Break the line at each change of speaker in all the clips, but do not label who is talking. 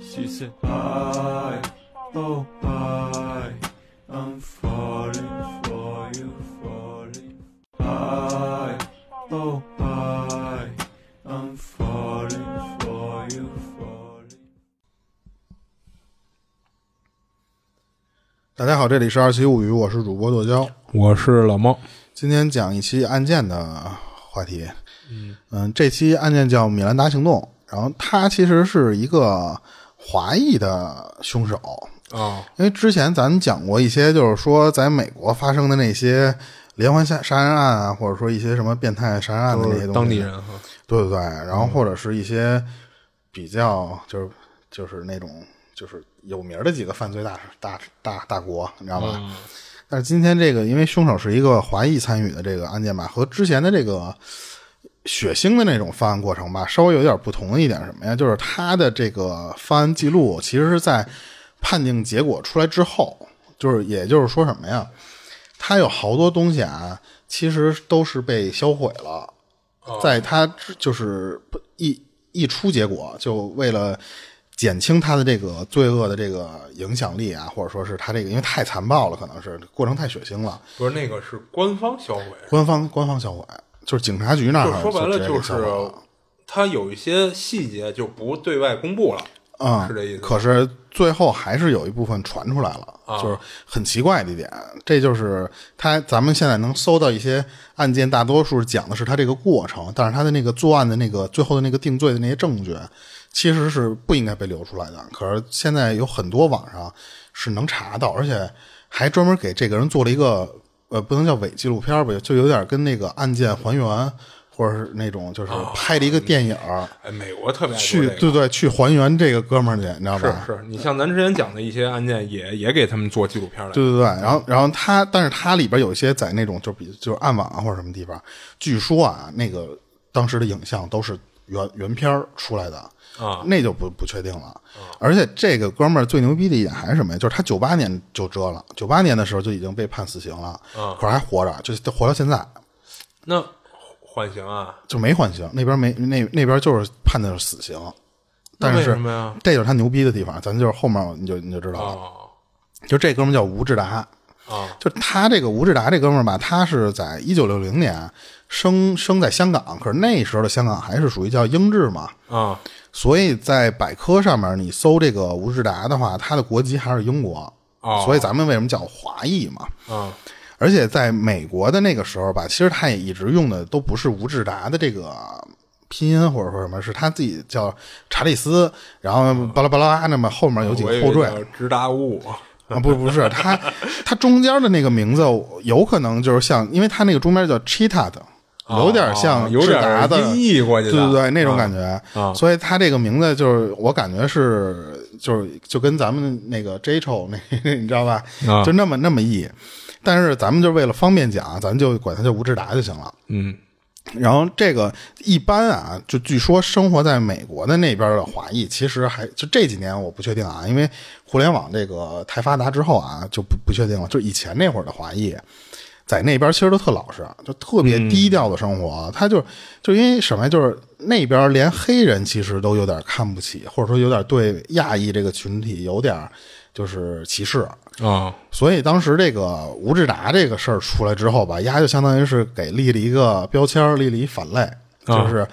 She said, I, oh, I, I'm falling for you, falling. I, oh, I, I'm falling for you, falling.
大家好，这里是二七物语，我是主播剁椒。
我是老猫，
今天讲一期案件的话题。嗯这期案件叫米兰达行动，然后他其实是一个华裔的凶手。
哦，
因为之前咱们讲过一些，就是说在美国发生的那些连环杀杀人案啊，或者说一些什么变态杀人案的那
都
些东
是
西，
当地人哈，
对对对，然后或者是一些比较就是就是那种就是有名儿的几个犯罪大大大大国，你知道吧？但是今天这个，因为凶手是一个华裔参与的这个案件吧，和之前的这个血腥的那种犯案过程吧，稍微有点不同的一点是什么呀？就是他的这个犯案记录其实是在判定结果出来之后，就是也就是说什么呀？他有好多东西啊，其实都是被销毁了，
哦
在他之就是不一一出结果，就为了减轻他的这个罪恶的这个影响力啊，或者说是他这个因为太残暴了，可能是过程太血腥了，
不是那个是官方销毁，
官方官方销毁，就是警察局那
就
儿
是说白了
直接
就
给销毁
是他有一些细节就不对外公布了，
嗯，
是这意思啊吧
可是最后还是有一部分传出来了，就是很奇怪的一点。这就是他咱们现在能搜到一些案件，大多数讲的是他这个过程，但是他的那个作案的那个最后的那个定罪的那些证据，其实是不应该被流出来的。可是现在有很多网上是能查到，而且还专门给这个人做了一个呃，不能叫伪纪录片吧，就有点跟那个案件还原。或者是那种，就是
啊
拍了一个电影儿，
哎，美国特别爱做
去
这个。
对对去还原这个哥们儿去，你知道吧？
是是，你像咱之前讲的一些案件也，也给他们做纪录片来。
对对对，然后然后他，但是他里边有一些在那种就比就是暗网啊或者什么地方，据说啊，那个当时的影像都是原原片儿出来的
啊，
那就不不确定了。而且这个哥们儿最牛逼的一点还是什么呀？就是他九八年就折了，九八年的时候就已经被判死刑了，
啊
可是还活着，就是活到现在
那缓刑啊，
就没缓刑，那边没那那边就是判的是死刑，但
那
是
为什么呀？
这就是他牛逼的地方，咱就是后面你就你就知道了。
哦
就这哥们儿叫吴志达，
啊，
就他这个吴志达这哥们儿吧，他是在一九六零年生生在香港，可是那时候的香港还是属于叫英制嘛，
啊，
所以在百科上面你搜这个吴志达的话，他的国籍还是英国，
哦
所以咱们为什么叫华裔嘛？
啊，
而且在美国的那个时候吧，其实他也一直用的都不是吴志达的这个拼音或者说什么，是他自己叫查理斯，然后巴拉巴拉，那么后面有几
啊我以
个
为
后缀，
叫直达物
啊，不不是他，他中间的那个名字有可能就是像，因为他那个中间叫 Cheetah 的，有点像
哦有
智
点
达的，
音译过去
对
的，
对对，那种感觉。
啊
所以他这个名字就是我感觉是就是就跟咱们那个 J 丑那 你知道吧，
啊
就那么那么译。但是咱们就为了方便讲，咱就管他叫吴志达就行了。
嗯
然后这个一般啊，就据说生活在美国的那边的华裔，其实还就这几年我不确定啊，因为互联网这个太发达之后啊，就不不确定了。就以前那会儿的华裔，在那边其实都特老实，啊就特别
嗯
低调的生活。啊他就就因为什么呀？就是那边连黑人其实都有点看不起，或者说有点对亚裔这个群体有点就是歧视。
啊，
所以当时这个吴志达这个事儿出来之后吧，丫就相当于是给立了一个标签儿，立了一反类，
啊
就是、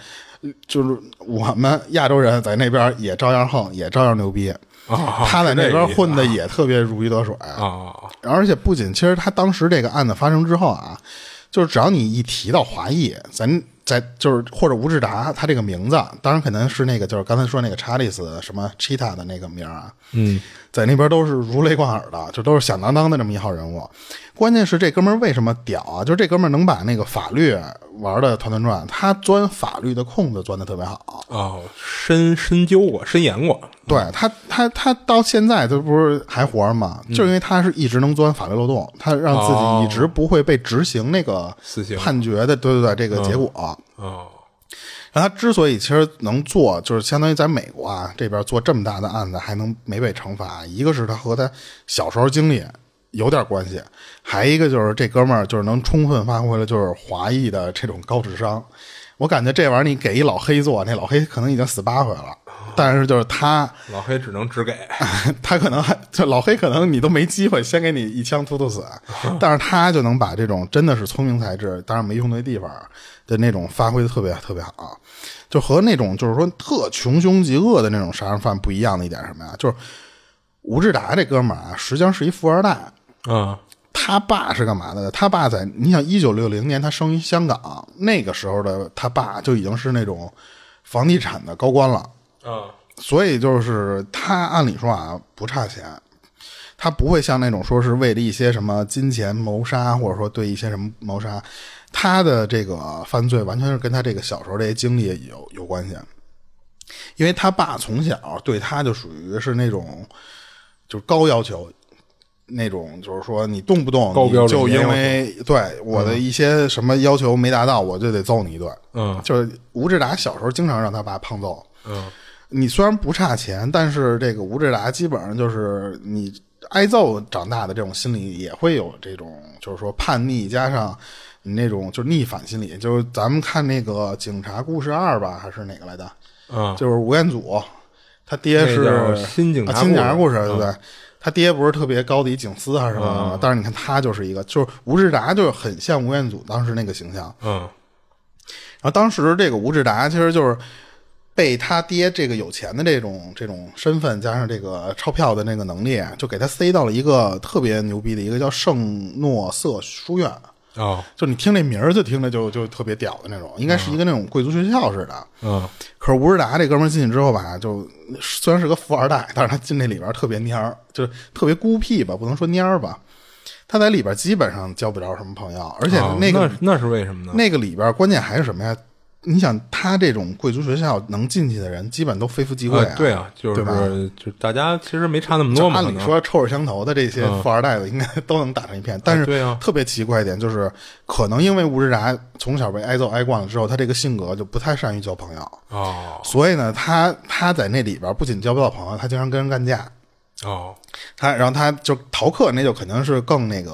就是我们亚洲人在那边也照样横，也照样牛逼。
啊
他在
是
那边
这意思
混的也特别如鱼得水，
啊
而且不仅，其实他当时这个案子发生之后啊，就是只要你一提到华裔，咱在就是或者吴志达他这个名字，当然可能是那个就是刚才说那个查理斯什么 Cheetah 的那个名儿啊，嗯，在那边都是如雷贯耳的，就都是响当当的这么一号人物。关键是这哥们儿为什么屌啊？就是这哥们儿能把那个法律玩的团团转，他钻法律的空子钻的特别好。
啊，深深究过，深研过，
对他，他他到现在他不是还活着吗？就是因为他是一直能钻法律漏洞，他让自己一直不会被执行那个
死刑
判决的，对对对，这个结果。
啊
然后他之所以其实能做，就是相当于在美国啊这边做这么大的案子还能没被惩罚，一个是他和他小时候经历有点关系，还一个就是这哥们儿就是能充分发挥了就是华裔的这种高智商。我感觉这玩意儿你给一老黑做，那老黑可能已经死八回了，但是就是他，
老黑只能只 给，
他可能还就老黑可能你都没机会，先给你一枪突突死，但是他就能把这种真的是聪明才智，当然没用对地方的那种发挥的特别特别好，就和那种就是说特穷凶极恶的那种杀人犯不一样的一点是什么呀？就是吴志达这哥们儿啊，实际上是一富二代，
嗯
他爸是干嘛的呢？他爸在你想，一九六零年他生于香港，那个时候的他爸就已经是那种房地产的高官了，
嗯
所以就是他按理说啊不差钱，他不会像那种说是为了一些什么金钱谋杀，或者说对一些什么谋杀，他的这个犯罪完全是跟他这个小时候这些经历有有关系，因为他爸从小对他就属于是那种就是高要求。那种就是说，你动不动
高标准
你就因
要求
为对我的一些什么要求没达到，我就得揍你一顿。
嗯
就是吴志达小时候经常让他爸胖揍，
嗯，
你虽然不差钱，但是这个吴志达基本上就是你挨揍长大的这种心理也会有这种，就是说叛逆加上你那种就是逆反心理。就是咱们看那个《警察故事二》吧，还是哪个来的？
嗯，
就是吴彦祖，他爹
那叫
是
新警察
啊、新警察
故
故
事
事，对不对？他爹不是特别高的一警司还是什么的
啊
吗？但是你看他就是一个，就是吴志达就很像吴彦祖当时那个形象。
嗯
然后当时这个吴志达其实就是被他爹这个有钱的这种这种身份，加上这个钞票的那个能力，就给他塞到了一个特别牛逼的一个叫圣诺瑟书院。
哦
就你听这名儿就听着就就特别屌的那种，应该是一个那种贵族学校似的。
嗯
可是吴志达这哥们儿进去之后吧，就虽然是个富二代，但是他进那里边儿特别蔫儿，就是特别孤僻吧，不能说蔫儿吧。他在里边儿基本上交不着什么朋友，而且
哦
那个、
那是那是为什么呢？
那个里边儿关键还是什么呀？你想，他这种贵族学校能进去的人，基本都非富即贵、
啊，对啊，就
对吧
是就大家其实没差那么
就
多嘛，
按
可
理
能
说臭味相投的这些富二代的，应该都能打成一片。但是
对啊
特别奇怪一点就是，可能因为吴志达从小被挨揍挨惯了之后，他这个性格就不太善于交朋友，
哦
所以呢，他他在那里边不仅交不到朋友，他经常跟人干架。
哦
他然后他就逃课，那就肯定是更那个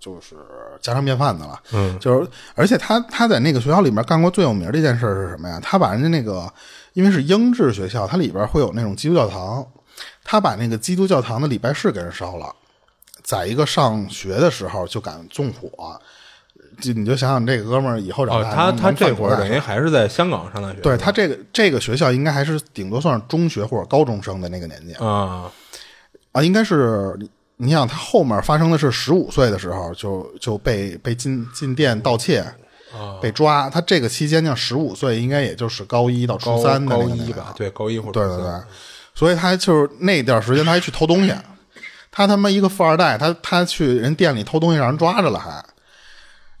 就是家常便饭的了。
嗯，
就是而且他他在那个学校里面干过最有名的一件事是什么呀？他把人家那个因为是英制学校，它里边会有那种基督教堂，他把那个基督教堂的礼拜室给人烧了，在一个上学的时候就敢纵火，就你就想想这个哥们儿以后长
哦，
大
他
能、
他
能
这
犯多
会儿
大
等于还是在香港上大学，
对他这个这个学校应该还是顶多算是中学或者高中生的那个年纪。
啊
啊，应该是你你想他后面发生的是十五岁的时候就就被被进进店盗窃，
啊
被抓。他这个期间呢，十五岁应该也就是高一到
高
初三的那
高
个
一
年
吧
龄，
对高一或者
对
初
对
三
对，所以他就是那段时间他还去偷东 西，他他妈一个富二代，他他去人店里偷东西让人抓着了还。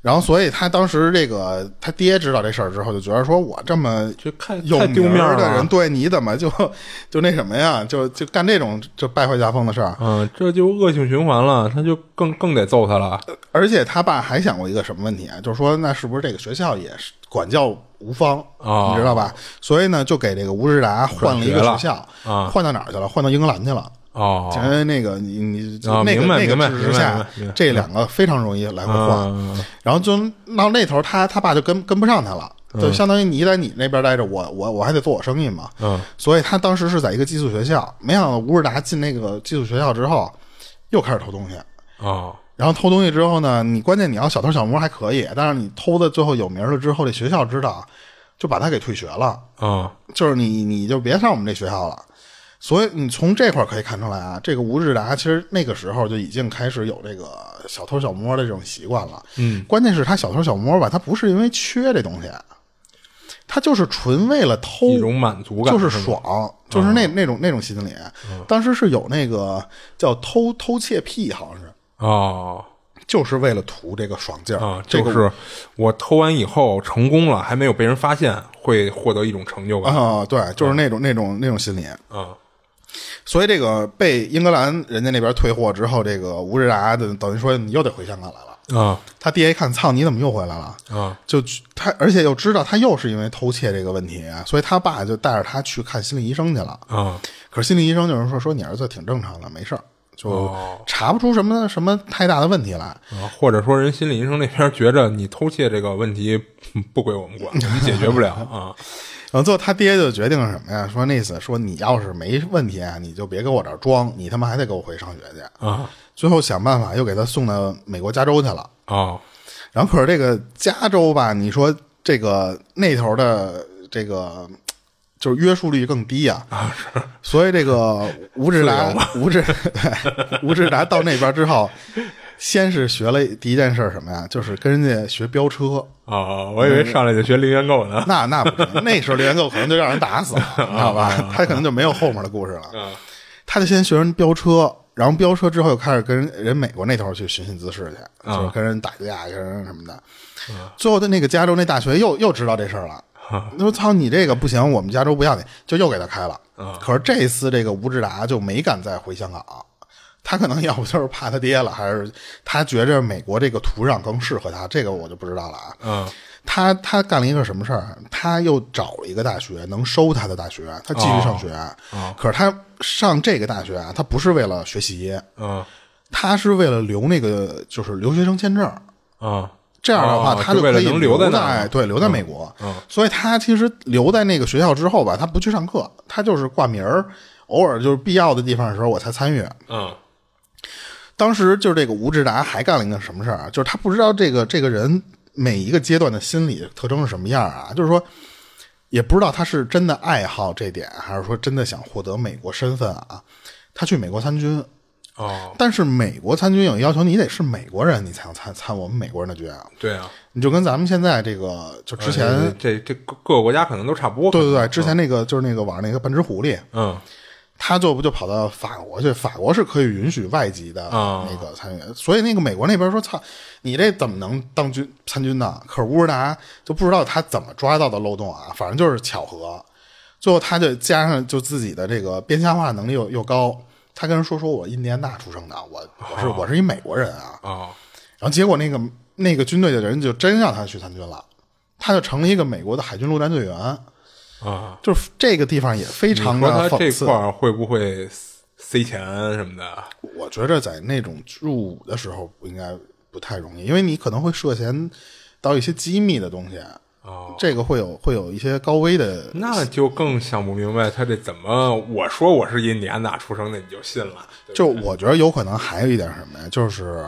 然后，所以他当时这个他爹知道这事儿之后，就觉得说我这么
就看
有
太丢
名
面
儿
儿
的
了
人，对你怎么就 就那什么呀？就就干这种就败坏家风的事儿，
嗯，这就恶性循环了，他就更更得揍他了。
而且他爸还想过一个什么问题啊？就是说，那是不是这个学校也是管教无方，
哦
你知道吧？所以呢，就给这个吴志达换了一个学校，
学了啊
换到哪儿去了？换到英格兰去了。
哦，
因为哎那个你你、
啊
那个
明白
那
明白
个制
明
之
白
下
明白明白，
这两个非常容易来回换。
嗯
然后就到那头他，他爸就跟跟不上他了，就相当于你在你那边待着，我我我还得做我生意嘛。
嗯，
所以他当时是在一个寄宿学校，没想到吴志达进那个寄宿学校之后，又开始偷东西。
哦
然后偷东西之后呢，你关键你要小偷小摸还可以，但是你偷的最后有名了之后，这学校知道，就把他给退学了，
哦
就是你你就别上我们这学校了。所以你从这块儿可以看出来啊，这个吴志达其实那个时候就已经开始有这个小偷小摸的这种习惯了。
嗯，
关键是他小偷小摸吧，他不是因为缺这东西，啊他就是纯为了偷，
一种满足感
就是
是吗啊嗯
爽，就是那那种那种心理。当时是有那个叫偷偷窃癖，好像是。
哦
就是为了图这个爽劲儿
啊，
这
就
个
是我偷完以后成功了，还没有被人发现，会获得一种成就感。
啊，对，就是那种、那种那种心理。
啊
所以这个被英格兰人家那边退货之后，这个吴志达的等于说你又得回香港来了。
啊
他爹一看，操，你怎么又回来了？
啊
就去他，而且又知道他又是因为偷窃这个问题，啊所以他爸就带着他去看心理医生去了。
啊
可是心理医生就是说说你儿子挺正常的，没事儿，就查不出什么什么太大的问题来。
啊，或者说人心理医生那边觉着你偷窃这个问题嗯不归我们 管，我们解决不了啊。
然后最后他爹就决定是什么呀？说那意思说你要是没问题啊，你就别跟我这儿装，你他妈还得给我回上学去。
啊
最后想办法又给他送到美国加州去了。
哦，
然后可是这个加州吧，你说这个那头的这个就是约束率更低啊，所以这个吴志达 吴志对吴志达到那边之后，先是学了第一件事是什么呀，就是跟人家学飙车。
哦，我以
嗯
为上来就学零元购呢。
那那不行，那时候刘元购可能就让人打死了，你知道吧？他可能就没有后面的故事了。他就先学人飙车，然后飙车之后又开始跟人美国那头去寻衅滋事去，就是跟人打架、跟人什么的。最后的那个加州那大学又又知道这事儿了，他说：“操，你这个不行，我们加州不要你。”就又给他开了。可是这一次，这个吴志达就没敢再回香港。他可能要不就是怕他爹了，还是他觉着美国这个土壤更适合他，这个我就不知道了啊。
嗯
他他干了一个什么事儿？他又找了一个大学能收他的大学，他继续上学。可是他上这个大学啊，他不是为了学习，
嗯
他是为了留那个就是留学生签证。
嗯
这样的话，
哦
他就
就为了
可以
能留
留
在那儿嗯
对留在美国。所以他其实留在那个学校之后吧，他不去上课，他就是挂名儿，偶尔就是必要的地方的时候我才参与。
嗯
当时就是这个吴志达还干了一个什么事儿啊？就是他不知道这个这个人每一个阶段的心理特征是什么样啊，就是说也不知道他是真的爱好这点，还是说真的想获得美国身份啊。他去美国参军，
哦，
但是美国参军有要求，你得是美国人，你才能参参我们美国人的军啊。
对啊，
你就跟咱们现在这个，就之前，
呃这这各各个国家可能都差不多。
对嗯对对，之前那个就是那个网上那个半只狐狸，
嗯
他就不就跑到法国去？法国是可以允许外籍的
啊
那个参军，所以那个美国那边说：“操，你这怎么能当军参军呢？”可是乌尔达就不知道他怎么抓到的漏洞啊，反正就是巧合。最后他就加上就自己的这个编瞎话能力又又高，他跟人说：“说我印第安纳出生的，我
啊
我是我是一美国人啊。
哦，”
然后结果那个那个军队的人就真让他去参军了，他就成了一个美国的海军陆战队员。
啊，
就是这个地方也非
你
常
说
的
他
讽
这
刺啊
块。儿会不会塞钱什么的？
我觉着在那种入伍的时候不应该不太容易，因为你可能会涉嫌到一些机密的东西，啊
哦，
这个会有会有一些高危的。
那就更想不明白他这怎么我说我是印第安纳出生的，你就信了？对
就我觉得有可能还有一点什么呀，就是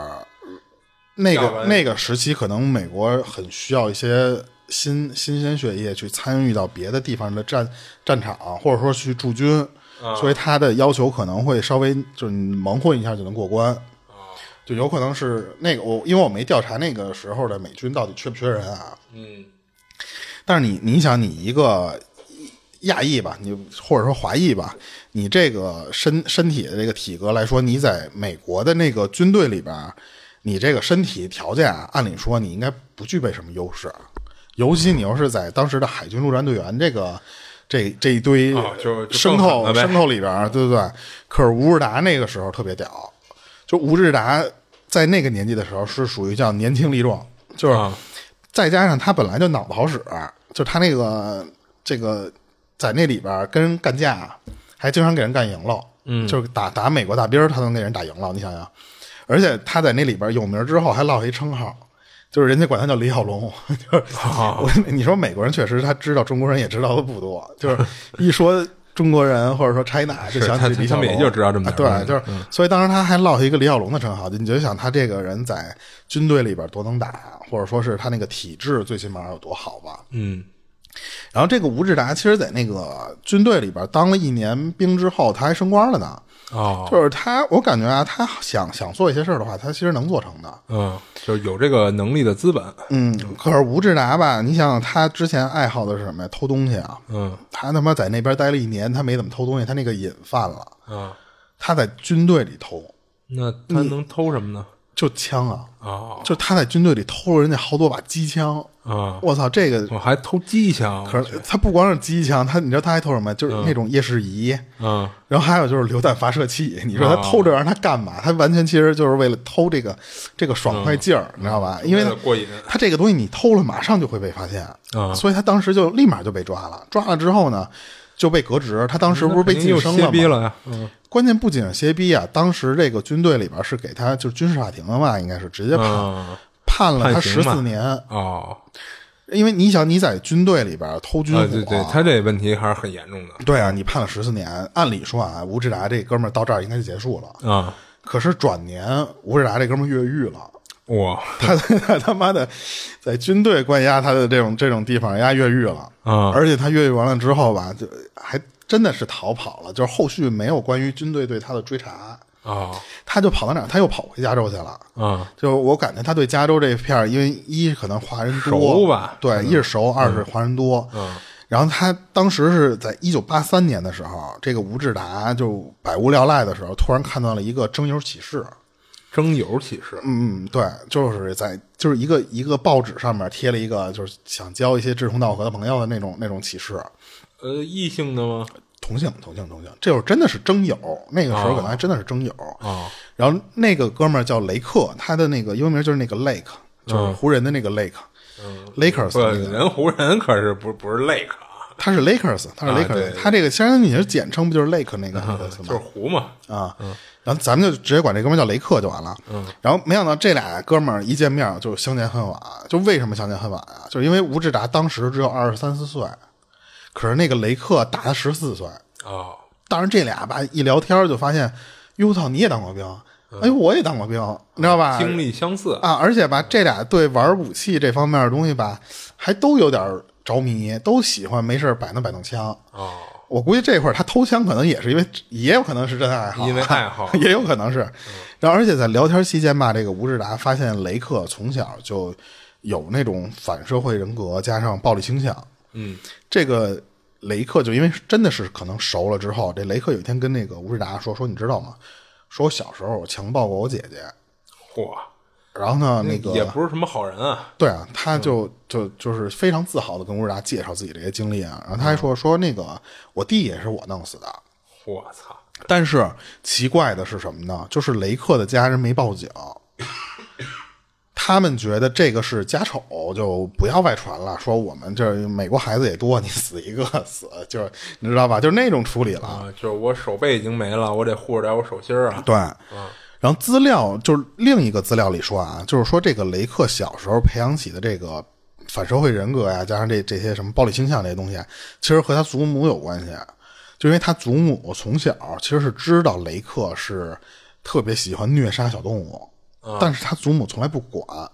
那
要不
个
然
那个时期，可能美国很需要一些新新鲜血液去参与到别的地方的战战场，或者说去驻军，
啊
所以他的要求可能会稍微就是你蒙混一下就能过关。
啊
就有可能是那个我，因为我没调查那个时候的美军到底缺不缺人啊。
嗯
但是你你想，你一个亚裔吧，你或者说华裔吧，你这个身身体的这个体格来说，你在美国的那个军队里边儿，你这个身体条件啊，按理说你应该不具备什么优势，啊尤其你要是在当时的海军陆战队员这个。这这一堆
哦就就
牲
更狠
口、
了呗
牲口里边儿，对不对？可是吴志达那个时候特别屌，就吴志达在那个年纪的时候是属于叫年轻力壮，就是
啊
再加上他本来就脑子好使，就他那个这个在那里边跟人干架，还经常给人干赢了，嗯，就是打打美国大兵儿，他能给人打赢了，你想想，而且他在那里边有名之后，还落了一称号。就是人家管他叫李小龙， 就是我你说美国人确实他知道中国人也知道的不多，就是一说中国人或者说 China 就想
他
起李小
他
龙，
们也就知道这么
啊
点儿嗯
对，就是所以当时他还落下一个李小龙的称号，你就想他这个人在军队里边多能打，或者说是他那个体质最起码有多好吧。
嗯
然后这个吴志达其实，在那个军队里边当了一年兵之后，他还升官了呢。
哦
就是他，我感觉啊，他想想做一些事儿的话，他其实能做成的。
嗯，就有这个能力的资本。
嗯，可是吴志达吧，你想想他之前爱好的是什么呀？偷东西啊。
嗯
他他妈在那边待了一年，他没怎么偷东西，他那个瘾犯了。
啊，
他在军队里偷，
那
嗯
他能偷什么呢？
就枪啊，
哦
就他在军队里偷了人家好多把机枪。
啊，
我操，这个
我还偷机枪。
可是他不光是机枪，他你知道他还偷什么？就是那种夜视仪，
嗯
然后还有就是榴弹发射器。你说
啊
他偷这玩意儿他干嘛？他完全其实就是为了偷这个这个爽
嗯
快劲儿，你知道吧？因为他
为了过瘾
他这个东西你偷了马上就会被发现，
啊
所以他当时就立马就被抓了。抓了之后呢，就被革职。他当时不是被
那肯定
晋
又
升
歇
了
逼
吗？
了呀？嗯，
关键不仅是歇逼啊，当时这个军队里边是给他就是军事法庭的嘛，应该是直接判、
嗯
判了他
判
十
刑嘛
四年，
哦，
因为你想你在军队里边偷军火、
啊，对对，他这问题还是很严重的
对啊，你判了十四年，按理说啊，吴志达这哥们儿到这儿应该就结束了。
啊！
可是转年，吴志达这哥们儿越狱 了，
哇
他 他他妈的在军队关押他的这种这种地方，人家越狱了，
啊
而且他越狱完了之后吧，就还真的是逃跑了，就是后续没有关于军队对他的追查，
啊
他就跑到哪儿，他又跑回加州去了。
啊！
就我感觉他对加州这片儿，因为一可能华人多
熟吧嗯
对，一是熟，二是华人多。嗯，然后他当时是在一九八三年的时候，这个吴志达就百无聊赖的时候，突然看到了一个征友启事。
征友启事
嗯，嗯，对，就是在就是一个一个报纸上面贴了一个就是想交一些志同道合的朋友的那种那种启事。
呃，异性的吗？
同性，同性，同性，这会儿真的是征友，那个时候可能
哦
还真的是征友。然后那个哥们儿叫雷克，他的那个英文名就是那个 Lake，就是湖人的那个
嗯
Lake，Lakers、Lakers
不，
那个
人湖人可是不不是 lake 啊，
他是 Lakers，他是
啊
Lakers，、
对嗯
他这个相当于你是简称，不就是 Lake 那个意思
就
吗？
是嗯湖嘛。
啊，然后咱们就直接管这哥们儿叫雷克就完了。嗯，然后没想到这俩哥们儿一见面就相见恨晚，就为什么相见恨晚啊？就是因为吴志达当时只有二十三四岁，可是那个雷克大他十四岁。
哦，
当然这俩吧一聊天就发现，哟操，你也当过兵，哎呦我也当过兵，你知道吧？
经历相似，
啊，而且吧，这俩对玩武器这方面的东西吧，还都有点着迷，都喜欢没事儿摆弄摆弄枪。
哦，
我估计这会儿他偷枪可能也是因为，也有可能是真爱好，
因为爱好 嗯
也有可能是。然后，而且在聊天期间吧，这个吴志达发现雷克从小就有那种反社会人格，加上暴力倾向。
嗯，
这个雷克就因为真的是可能熟了之后，这雷克有一天跟那个吴志达说：“说你知道吗？说我小时候我强暴过我姐姐。
嚯，”
然后呢，那个
也不是什么好人啊。
对啊，他就就就是非常自豪的跟乌尔达介绍自己这些经历啊，然后他还说说那个我弟也是我弄死的，
我操，
但是奇怪的是什么呢？就是雷克的家人没报警，他们觉得这个是家丑，就不要外传了。说我们这美国孩子也多，你死一个死，就是你知道吧？就是那种处理了。
啊，就是我手背已经没了，我得护着点我手心儿啊。
对，然后资料就是另一个资料里说啊，就是说这个雷克小时候培养起的这个反社会人格呀，加上这这些什么暴力倾向这些东西，啊其实和他祖母有关系，啊就因为他祖母从小啊其实是知道雷克是特别喜欢虐杀小动物，但是他祖母从来不管，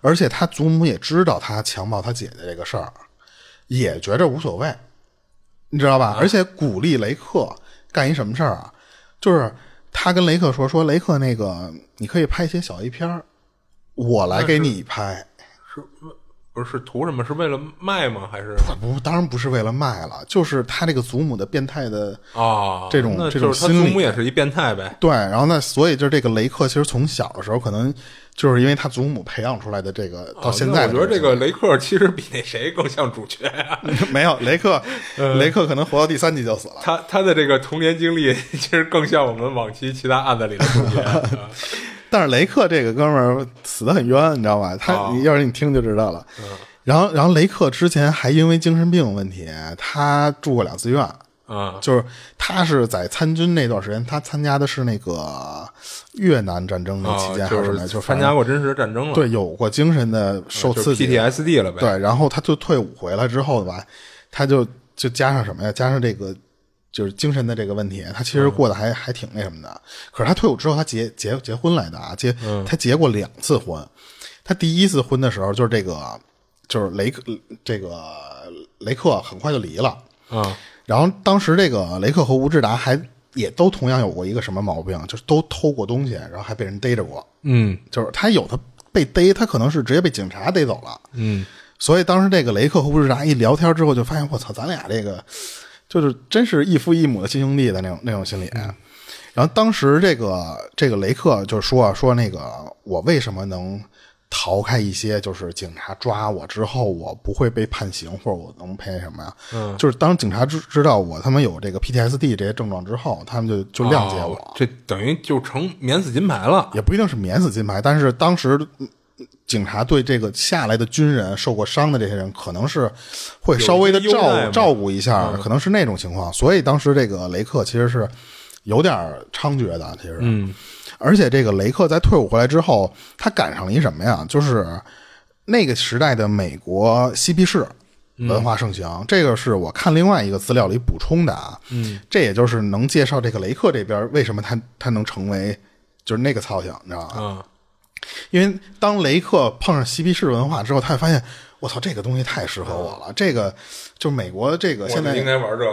而且他祖母也知道他强暴他姐姐这个事儿，也觉着无所谓。你知道
啊
吧？而且鼓励雷克干一什么事儿啊？就是他跟雷克说说，雷克那个你可以拍一些小 A 片儿，我来给你拍。
不是是图什么？是为了卖吗？还是
不，当然不是为了卖了，就是他这个祖母的变态的
啊？
这种
那
这
就
种
是他
心
祖
理
母也是一变态呗。
对，然后呢，所以就是这个雷克其实从小的时候，可能就是因为他祖母培养出来的这个，到哦现在
啊那我觉得这
个
个雷克其实比那谁更像主角啊 呀、
没有雷克，
呃
雷克可能活到第三集就死了。
他他的这个童年经历其实更像我们往期其他案子里的主角。 啊
但是雷克这个哥们儿死得很冤，你知道吧？他、
哦
你要是你听就知道了。
嗯
然后，然后雷克之前还因为精神病问题，他住过两次院。
嗯，
就是他是在参军那段时间，他参加的是那个越南战争那期间
啊
还
就是
什么呀，就反
参
正
加过真实的战争了，啊
对有过精神的受
就
刺激，
PTSD 了呗。
对，然后他就退伍回来之后吧，他就就加上什么呀？加上这个就是精神的这个问题，他其实过得还、还挺那什么的。可是他退伍之后，他结结结婚来的啊，结、他结过两次婚。他第一次婚的时候，就是这个就是雷克这个雷克很快就离了。
嗯，
然后当时这个雷克和吴志达还也都同样有过一个什么毛病，就是都偷过东西，然后还被人逮着过。
嗯
就是他有他被逮，他可能是直接被警察逮走了。
嗯，
所以当时这个雷克和乌日达一聊天之后，就发现我操，咱俩这个就是真是异父异母的亲兄弟的那种那种心理。啊然后当时这个这个雷克就说啊说那个我为什么能逃开一些，就是警察抓我之后，我不会被判刑，或者我能赔什么呀？嗯，就是当警察知知道我他妈有这个 PTSD 这些症状之后，他们就
啊
就谅解我。
哦这等于就成免死金牌了。
也不一定是免死金牌，但是当时嗯警察对这个下来的军人受过伤的这些人，可能是会稍
有一
微的
些优待
照
嘛嗯
照顾一下，可能是那种情况。所以当时这个雷克其实是有点猖獗的，其实，
嗯，
而且这个雷克在退伍回来之后，他赶上了一什么呀？就是那个时代的美国嬉皮士文化盛行，这个是我看另外一个资料里补充的啊。嗯，这也就是能介绍这个雷克这边为什么他他能成为就是那个操性，你知道吗？
啊，
因为当雷克碰上嬉皮士文化之后，他会发现，我操，这个东西太适合我了。这个就美国这个
我
现在
应该玩这个，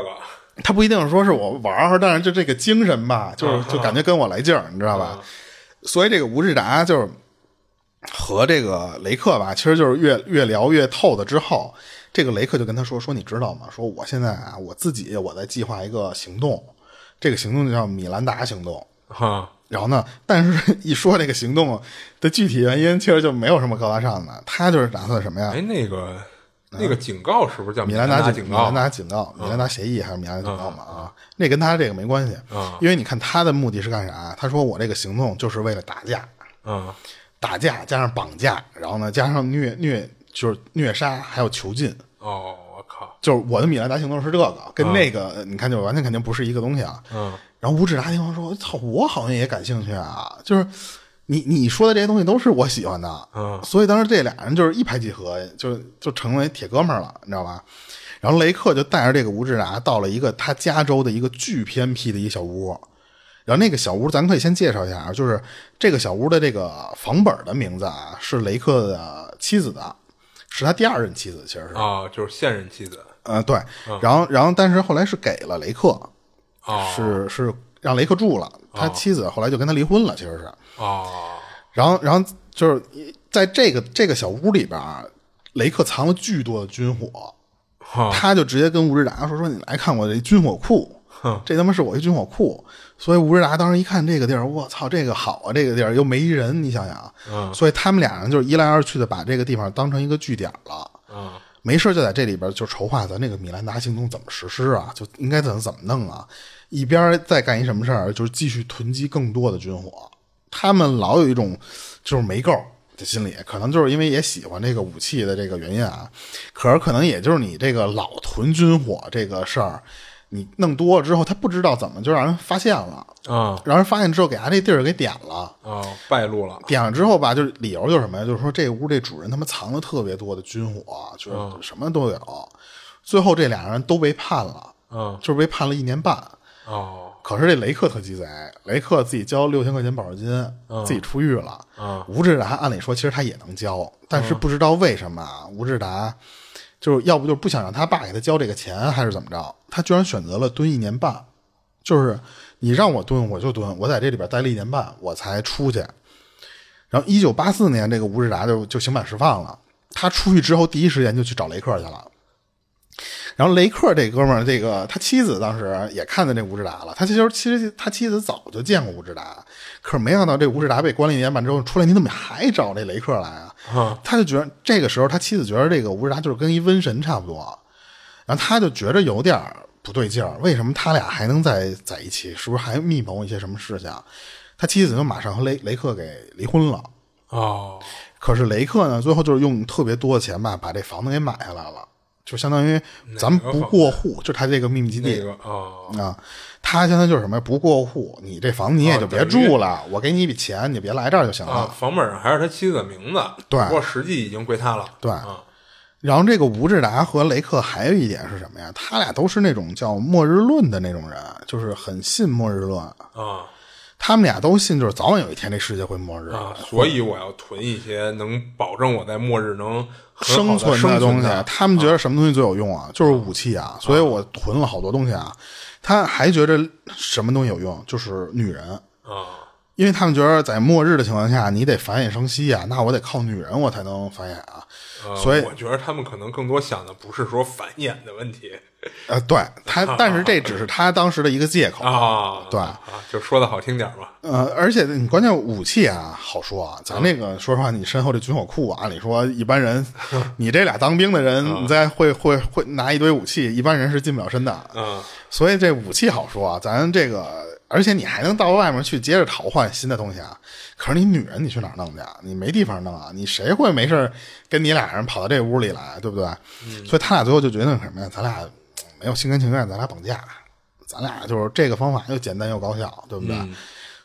他不一定说是我玩儿，但是就这个精神
啊
吧，就是就感觉跟我来劲儿，你知道吧？所以这个吴志达就是和这个雷克吧，其实就是越越聊越透的之后，这个雷克就跟他说说你知道吗？说我现在啊，我自己我在计划一个行动，这个行动就叫米兰达行动。
哈，
然后呢，但是一说这个行动的具体原因，其实就没有什么高大上的，他就是打算什么呀？
哎，那个那个警告是不是叫
啊米
兰
兰达
警
米
告
兰？达警告，米兰达协议还是米兰达警告嘛啊？那跟他这个没关系
啊，
因为你看他的目的是干啥？他说我这个行动就是为了打架，
啊，
打架加上绑架，然后呢加上虐虐就是虐杀，还有囚禁，
哦，我靠，
就是我的米兰达行动是这个，跟那个、你看就完全肯定不是一个东西啊。
嗯，
然后吴志达听完说：“操，我好像也感兴趣啊！就是你你说的这些东西都是我喜欢的，
嗯
所以当时这俩人就是一拍即合，就就成为铁哥们儿了，你知道吧？然后雷克就带着这个吴志达到了一个他加州的一个巨偏僻的一小屋，然后那个小屋咱可以先介绍一下啊，就是这个小屋的这个房本的名字啊是雷克的妻子的，是他第二任妻子，其实是，
啊，就是现任妻子，
呃，对，然后然后但是后来是给了雷克，
哦，
是是让雷克住了，他妻子后来就跟他离婚了，其实是。
哦，
然后然后就是在这个这个小屋里边啊，雷克藏了巨多的军火，
哈，
他就直接跟吴志达说说你来看我这军火库。这他妈是我一军火库，所以吴志达当时一看这个地儿，我操，这个好啊，这个地儿又没人，你想想，
嗯
所以他们俩人就是一来二去的把这个地方当成一个据点了，
嗯，
没事就在这里边就筹划咱这个米兰达行动怎么实施啊，就应该怎么怎么弄啊，一边再干一什么事儿，就是继续囤积更多的军火。他们老有一种就是没够的心理，可能就是因为也喜欢这个武器的这个原因啊，可是可能也就是你这个老囤军火这个事儿，你弄多了之后，他不知道怎么就让人发现了，
啊，
让人发现之后给他这地儿给点了。
哦，败露了，
点了之后吧，就是理由就是什么呀？就是说这屋这主人他妈藏了特别多的军火，就是什么都有。最后这俩人都被判了，
嗯，
就是被判了一年半。
哦，
可是这雷克特鸡贼，雷克自己交六千块钱保释金，自己出狱了。
嗯
吴志达按理说其实他也能交，但是不知道为什么啊吴志达就是要不就是不想让他爸给他交这个钱，还是怎么着，他居然选择了蹲一年半。就是你让我蹲我就蹲，我在这里边待了一年半，我才出去。然后一九八四年，这个吴志达就就刑满释放了。他出去之后，第一时间就去找雷克去了。然后雷克这哥们儿，这个他妻子当时也看见这吴志达了。他其实其实他妻子早就见过吴志达，可是没想到这吴志达被关了一年半之后出来，你怎么还找这雷克来啊？他就觉得这个时候他妻子觉得这个吴志达就是跟一瘟神差不多，然后他就觉着有点儿不对劲儿，为什么他俩还能在在一起？是不是还密谋一些什么事情？他妻子就马上和雷雷克给离婚了。
哦，
可是雷克呢，最后就是用特别多的钱吧，把这房子给买下来了，就相当于咱们
哪个
不
房子
过户，就他这个秘密基地
那个，哦，
啊，他相当于就是什么呀？不过户，你这房子你也
哦
就别
等于
住了，我给你一笔钱，你别来这儿就行了。
啊，房本上还是他妻子的名字，
对
不过实际已经归他了，
对
啊，
然后这个吴志达和雷克还有一点是什么呀？他俩都是那种叫末日论的那种人，就是很信末日论。
啊
他们俩都信，就是早晚有一天这世界会末日，
啊，所以我要囤一些能保证我在末日能很好地
生存
生
东
存
西
的，
他们觉得什么东西最有用啊？就是武器啊，所以我囤了好多东西啊。他还觉得什么东西有用，就是女人，
啊，
因为他们觉得在末日的情况下，你得繁衍生息啊，那我得靠女人我才能繁衍啊。
呃
所以
我觉得他们可能更多想的不是说繁衍的问题
呃，对 他，但是这只是他当时的一个借口。
啊，
对
啊，就说的好听点儿吧，
呃，而且你关键武器啊，好说啊，咱这个说实话，你身后这军火库啊，按理说一般人， 你这俩当兵的人，你再会会会拿一堆武器，一般人是近不了身的。
嗯
所以这武器好说啊，咱这个而且你还能到外面去接着淘换新的东西啊。可是你女人，你去哪儿弄去啊？你没地方弄啊！你谁会没事儿跟你俩人跑到这屋里来，对不对？所以他俩最后就决定什么呀？咱俩嗯没有心甘情愿，咱俩绑架，咱俩就是这个方法又简单又高效，对不对？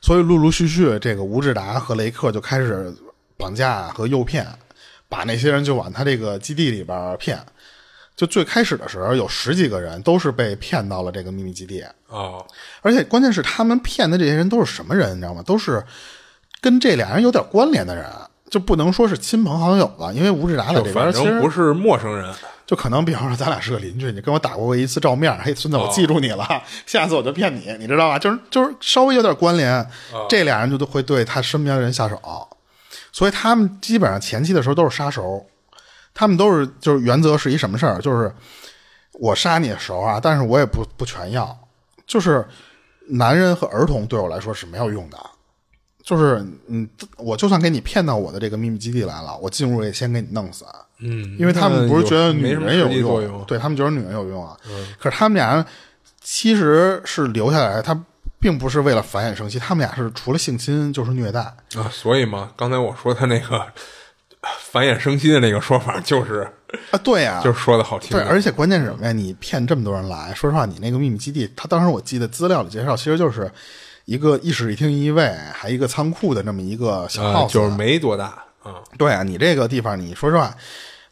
所以陆陆续续，这个吴志达和雷克就开始绑架和诱骗，把那些人就往他这个基地里边儿骗。就最开始的时候，有十几个人都是被骗到了这个秘密基地，
哦，
而且关键是他们骗的这些人都是什么人，你知道吗？都是跟这俩人有点关联的人，啊就不能说是亲朋好友了，因为吴志达在
就
这边
反
其实
正不是陌生人，
就可能，比方说咱俩是个邻居，你跟我打过一次照面，嘿，孙子，我记住你了， 下次我就骗你，你知道吧？就是就是稍微有点关联，这俩人就都会对他身边的人下手，所以他们基本上前期的时候都是杀手，他们都是就是原则是一什么事儿，就是我杀你的时候啊，但是我也不不全要，就是男人和儿童对我来说是没有用的。就是，嗯，我就算给你骗到我的这个秘密基地来了，我进入也先给你弄死。啊
嗯，
因为他们不是觉得女
没什么
人有
实际作
用，啊
用，嗯
对他们觉得女人有用啊。可是他们俩其实是留下来，他并不是为了繁衍生息，他们俩是除了性侵就是虐待。
啊，所以嘛，刚才我说他那个 繁衍生息的那个说法，就是
啊，对呀、
就是说的好听
对，
点，
而且关键是什么呀？你骗这么多人来，说实话，你那个秘密基地，他当时我记得资料里介绍，其实就是一个一室一厅一卫，还一个仓库的那么一个小
啊
house，、
就是没多大啊，
对啊，你这个地方，你说实话，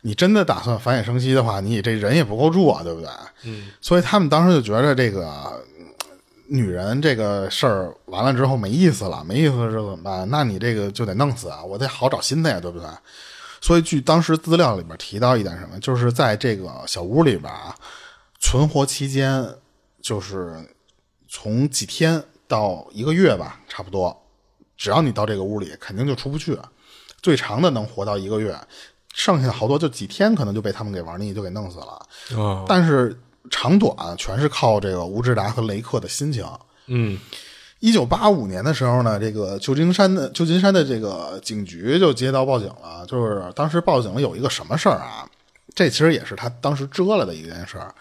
你真的打算繁衍生息的话，你这人也不够住啊，对不对？嗯，所以他们当时就觉得这个嗯女人这个事儿完了之后没意思了，没意思了之后怎么办？那你这个就得弄死啊，我得好找新的呀，对不对？所以据当时资料里面提到一点什么，就是在这个小屋里边啊，存活期间就是从几天到一个月吧，差不多。只要你到这个屋里，肯定就出不去。最长的能活到一个月，剩下的好多就几天，可能就被他们给玩腻，就给弄死了。
啊，
但是长短啊全是靠这个吴志达和雷克的心情。
嗯，
一九八五年的时候呢，这个旧金山的旧金山的这个警局就接到报警了，就是当时报警了有一个什么事儿啊？这其实也是他当时遮了的一件事儿，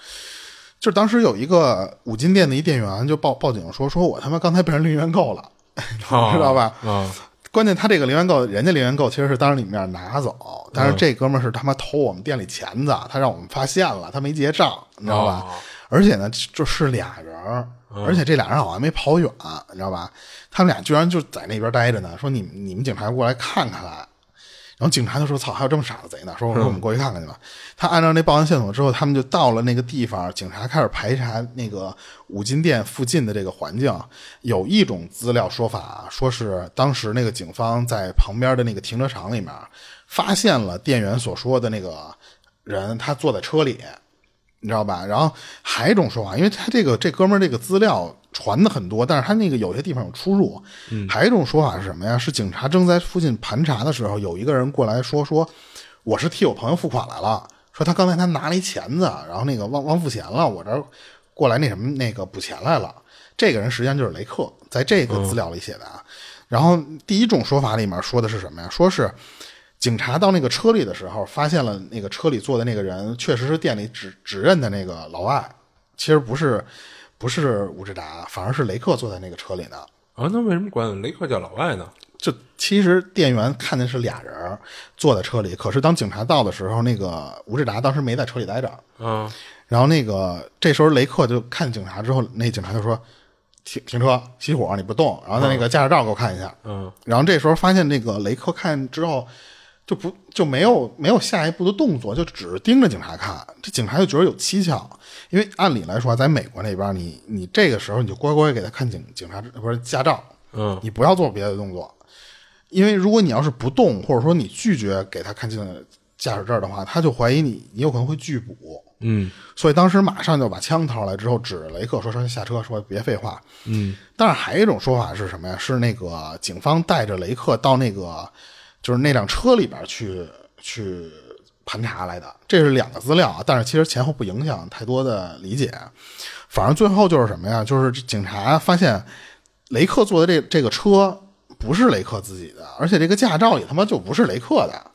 就是当时有一个五金店的一店员就报报警说，说我他妈刚才被人零元购了，
啊
知道吧？
啊，
关键他这个零元购，人家零元购其实是当着你面拿走，但是这哥们儿是他妈偷我们店里钱的，他让我们发现了，他没结账，你知道吧？
哦
而且呢，就是俩人儿，而且这俩人好像没跑远，你知道吧？他们俩居然就在那边待着呢，说你们你们警察过来看看来。然后警察就说：“操，还有这么傻的贼呢！”说：“我说我们过去看看去吧。他按照那报案线索之后，他们就到了那个地方，警察开始排查那个五金店附近的这个环境。有一种资料说法啊，说是当时那个警方在旁边的那个停车场里面发现了店员所说的那个人，他坐在车里，你知道吧？然后还有一种说法，因为他这个这哥们儿这个资料传的很多，但是他那个有些地方有出入。还有一种说法是什么呀？是警察正在附近盘查的时候，有一个人过来说说我是替我朋友付款来了，说他刚才他拿了一钱子，然后那个忘忘付钱了，我这儿过来那什么那个补钱来了。这个人实际上就是雷克，在这个资料里写的啊。然后第一种说法里面说的是什么呀？说是警察到那个车里的时候，发现了那个车里坐的那个人确实是店里指指认的那个老外，其实不是不是吴志达，反而是雷克坐在那个车里呢。
啊，那为什么管雷克叫老外呢？
就其实店员看见是俩人儿坐在车里，可是当警察到的时候，那个吴志达当时没在车里待着，
啊，
然后那个这时候雷克就看警察之后，那警察就说停停车熄火，你不动，然后在那个驾驶照给我看一下。
嗯，
然后这时候发现那个雷克看之后就不就没有没有下一步的动作，就只是盯着警察看。这警察就觉得有蹊跷，因为按理来说，啊在美国那边，你你这个时候你就乖乖给他看警警察不是驾照，
嗯，
你不要做别的动作，因为如果你要是不动，或者说你拒绝给他看进驾驶证的话，他就怀疑你，你有可能会拒捕。
嗯，
所以当时马上就把枪掏出来之后，指着雷克说：“说下车，说别废话。”嗯，但是还有一种说法是什么呀？是那个警方带着雷克到那个就是那辆车里边去去盘查来的，这是两个资料啊，但是其实前后不影响太多的理解。反正最后就是什么呀？就是警察发现雷克坐的这这个车不是雷克自己的，而且这个驾照也他妈就不是雷克的。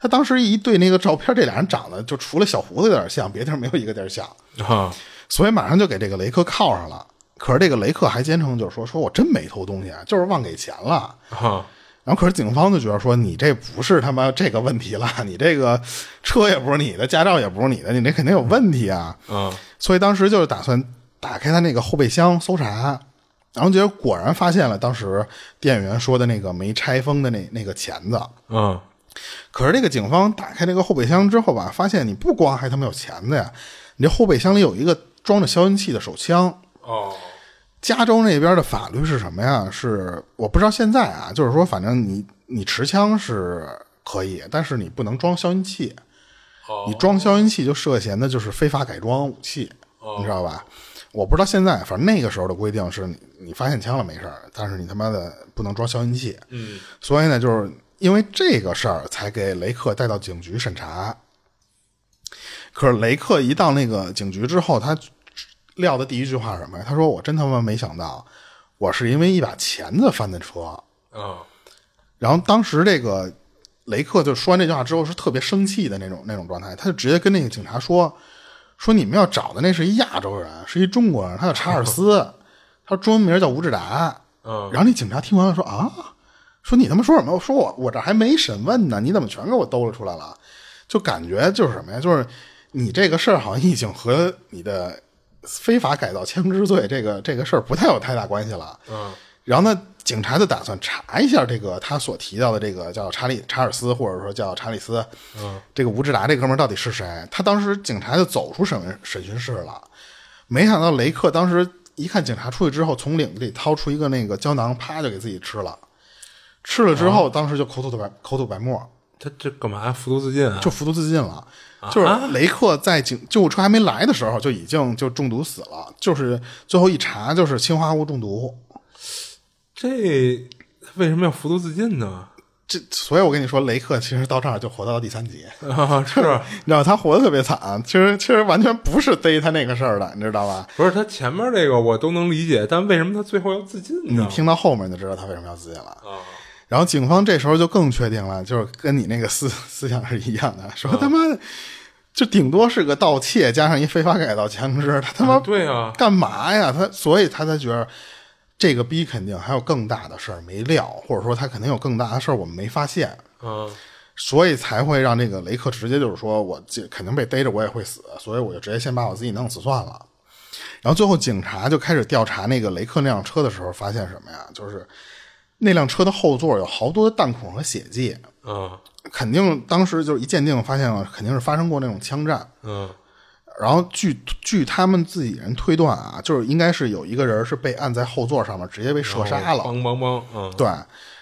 他当时一对那个照片，这俩人长得就除了小胡子有点像，别地儿没有一个地儿像，
啊，
所以马上就给这个雷克铐上了。可是这个雷克还坚称，就是说，说我真没偷东西啊，就是忘给钱了。
哈，
然后，可是警方就觉得说，你这不是他妈这个问题了，你这个车也不是你的，驾照也不是你的，你这肯定有问题啊。
嗯
所以当时就是打算打开他那个后备箱搜查，然后结果果然发现了当时店员说的那个没拆封的那那个钳子。
嗯
可是这个警方打开这个后备箱之后吧，发现你不光还他妈有钳子呀，你这后备箱里有一个装着消音器的手枪。
哦
加州那边的法律是什么呀？是我不知道现在啊，就是说，反正你你持枪是可以，但是你不能装消音器。你装消音器就涉嫌的就是非法改装武器，你知道吧？我不知道现在，反正那个时候的规定是你你发现枪了没事儿，但是你他妈的不能装消音器。嗯，所以呢，就是因为这个事儿才给雷克带到警局审查。可是雷克一到那个警局之后，他撂的第一句话是什么呀？他说：“我真他妈没想到，我是因为一把钳子翻的车。
嗯”
然后当时这个雷克就说完这句话之后是特别生气的那种那种状态，他就直接跟那个警察说：“说你们要找的那是一亚洲人，是一中国人，他叫查尔斯，他中文名叫吴志达。”
嗯
然后那警察听完了说：“啊，说你他妈说什么？我说我我这还没审问呢，你怎么全给我兜了出来了？”就感觉就是什么呀？就是你这个事儿好像已经和你的非法改造枪支罪这个这个事儿不太有太大关系了。
嗯
然后呢，警察就打算查一下这个他所提到的这个叫查理查尔斯，或者说叫查理斯，嗯，这个吴志达这哥们儿到底是谁？他当时警察就走出审问审讯室了，没想到雷克当时一看警察出去之后，从领子里掏出一个那个胶囊，啪就给自己吃了。吃了之后，当时就口吐白口吐白沫，
他这干嘛呀？服毒自尽啊？
就服毒自尽了。 就是雷克在警救护车还没来的时候，就已经就中毒死了。就是最后一查，就是氰化物中毒。
这为什么要服毒自尽呢？
这，所以我跟你说，雷克其实到这儿就活到了第三集，
啊，是
你知道他活得特别惨，其实其实完全不是逮他那个事儿的，你知道吧？
不是他前面这个我都能理解，但为什么他最后要自尽
你
呢？
听到后面就知道他为什么要自尽了。
嗯啊，
然后警方这时候就更确定了，就是跟你那个思思想是一样的，说
啊
他妈就顶多是个盗窃加上一非法改造枪支，他他妈
对啊，
干嘛呀？他所以他才觉得这个逼肯定还有更大的事儿没料，或者说他肯定有更大的事儿我们没发现。
嗯
所以才会让这个雷克直接就是说我这肯定被逮着，我也会死，所以我就直接先把我自己弄死算了。然后最后警察就开始调查那个雷克那辆车的时候，发现什么呀？就是那辆车的后座有好多的弹孔和血迹，
嗯
肯定当时就是一鉴定发现了，肯定是发生过那种枪战。
嗯
然后据据他们自己人推断啊，就是应该是有一个人是被按在后座上面直接被射杀了，
梆梆梆，嗯
对，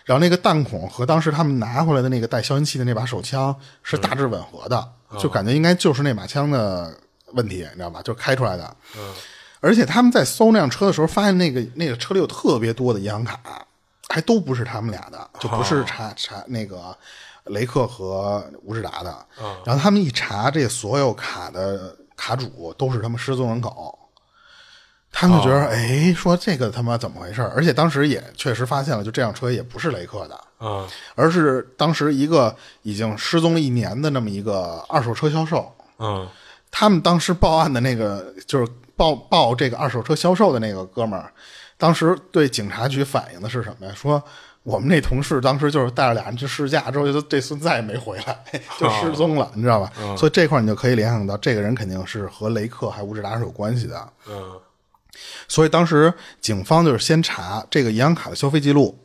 然后那个弹孔和当时他们拿回来的那个带消音器的那把手枪是大致吻合的，就感觉应该就是那把枪的问题，你知道吧？就是开出来的。嗯，而且他们在搜那辆车的时候，发现那个那个车里有特别多的银行卡，还都不是他们俩的，就不是查查那个雷克和吴志达的。然后他们一查，这所有卡的卡主都是他们失踪人口。他们就觉得，哎，说这个他妈怎么回事儿？而且当时也确实发现了，就这辆车也不是雷克的，
嗯
而是当时一个已经失踪了一年的那么一个二手车销售。
嗯
他们当时报案的那个就是报报这个二手车销售的那个哥们儿，当时对警察局反映的是什么呀？说我们那同事当时就是带着俩人去试驾之后，就这孙子再也没回来， 就失踪了，你知道吧？所以这块儿你就可以联想到，这个人肯定是和雷克还有吴志达是有关系的。
嗯
所以当时警方就是先查这个银行卡的消费记录，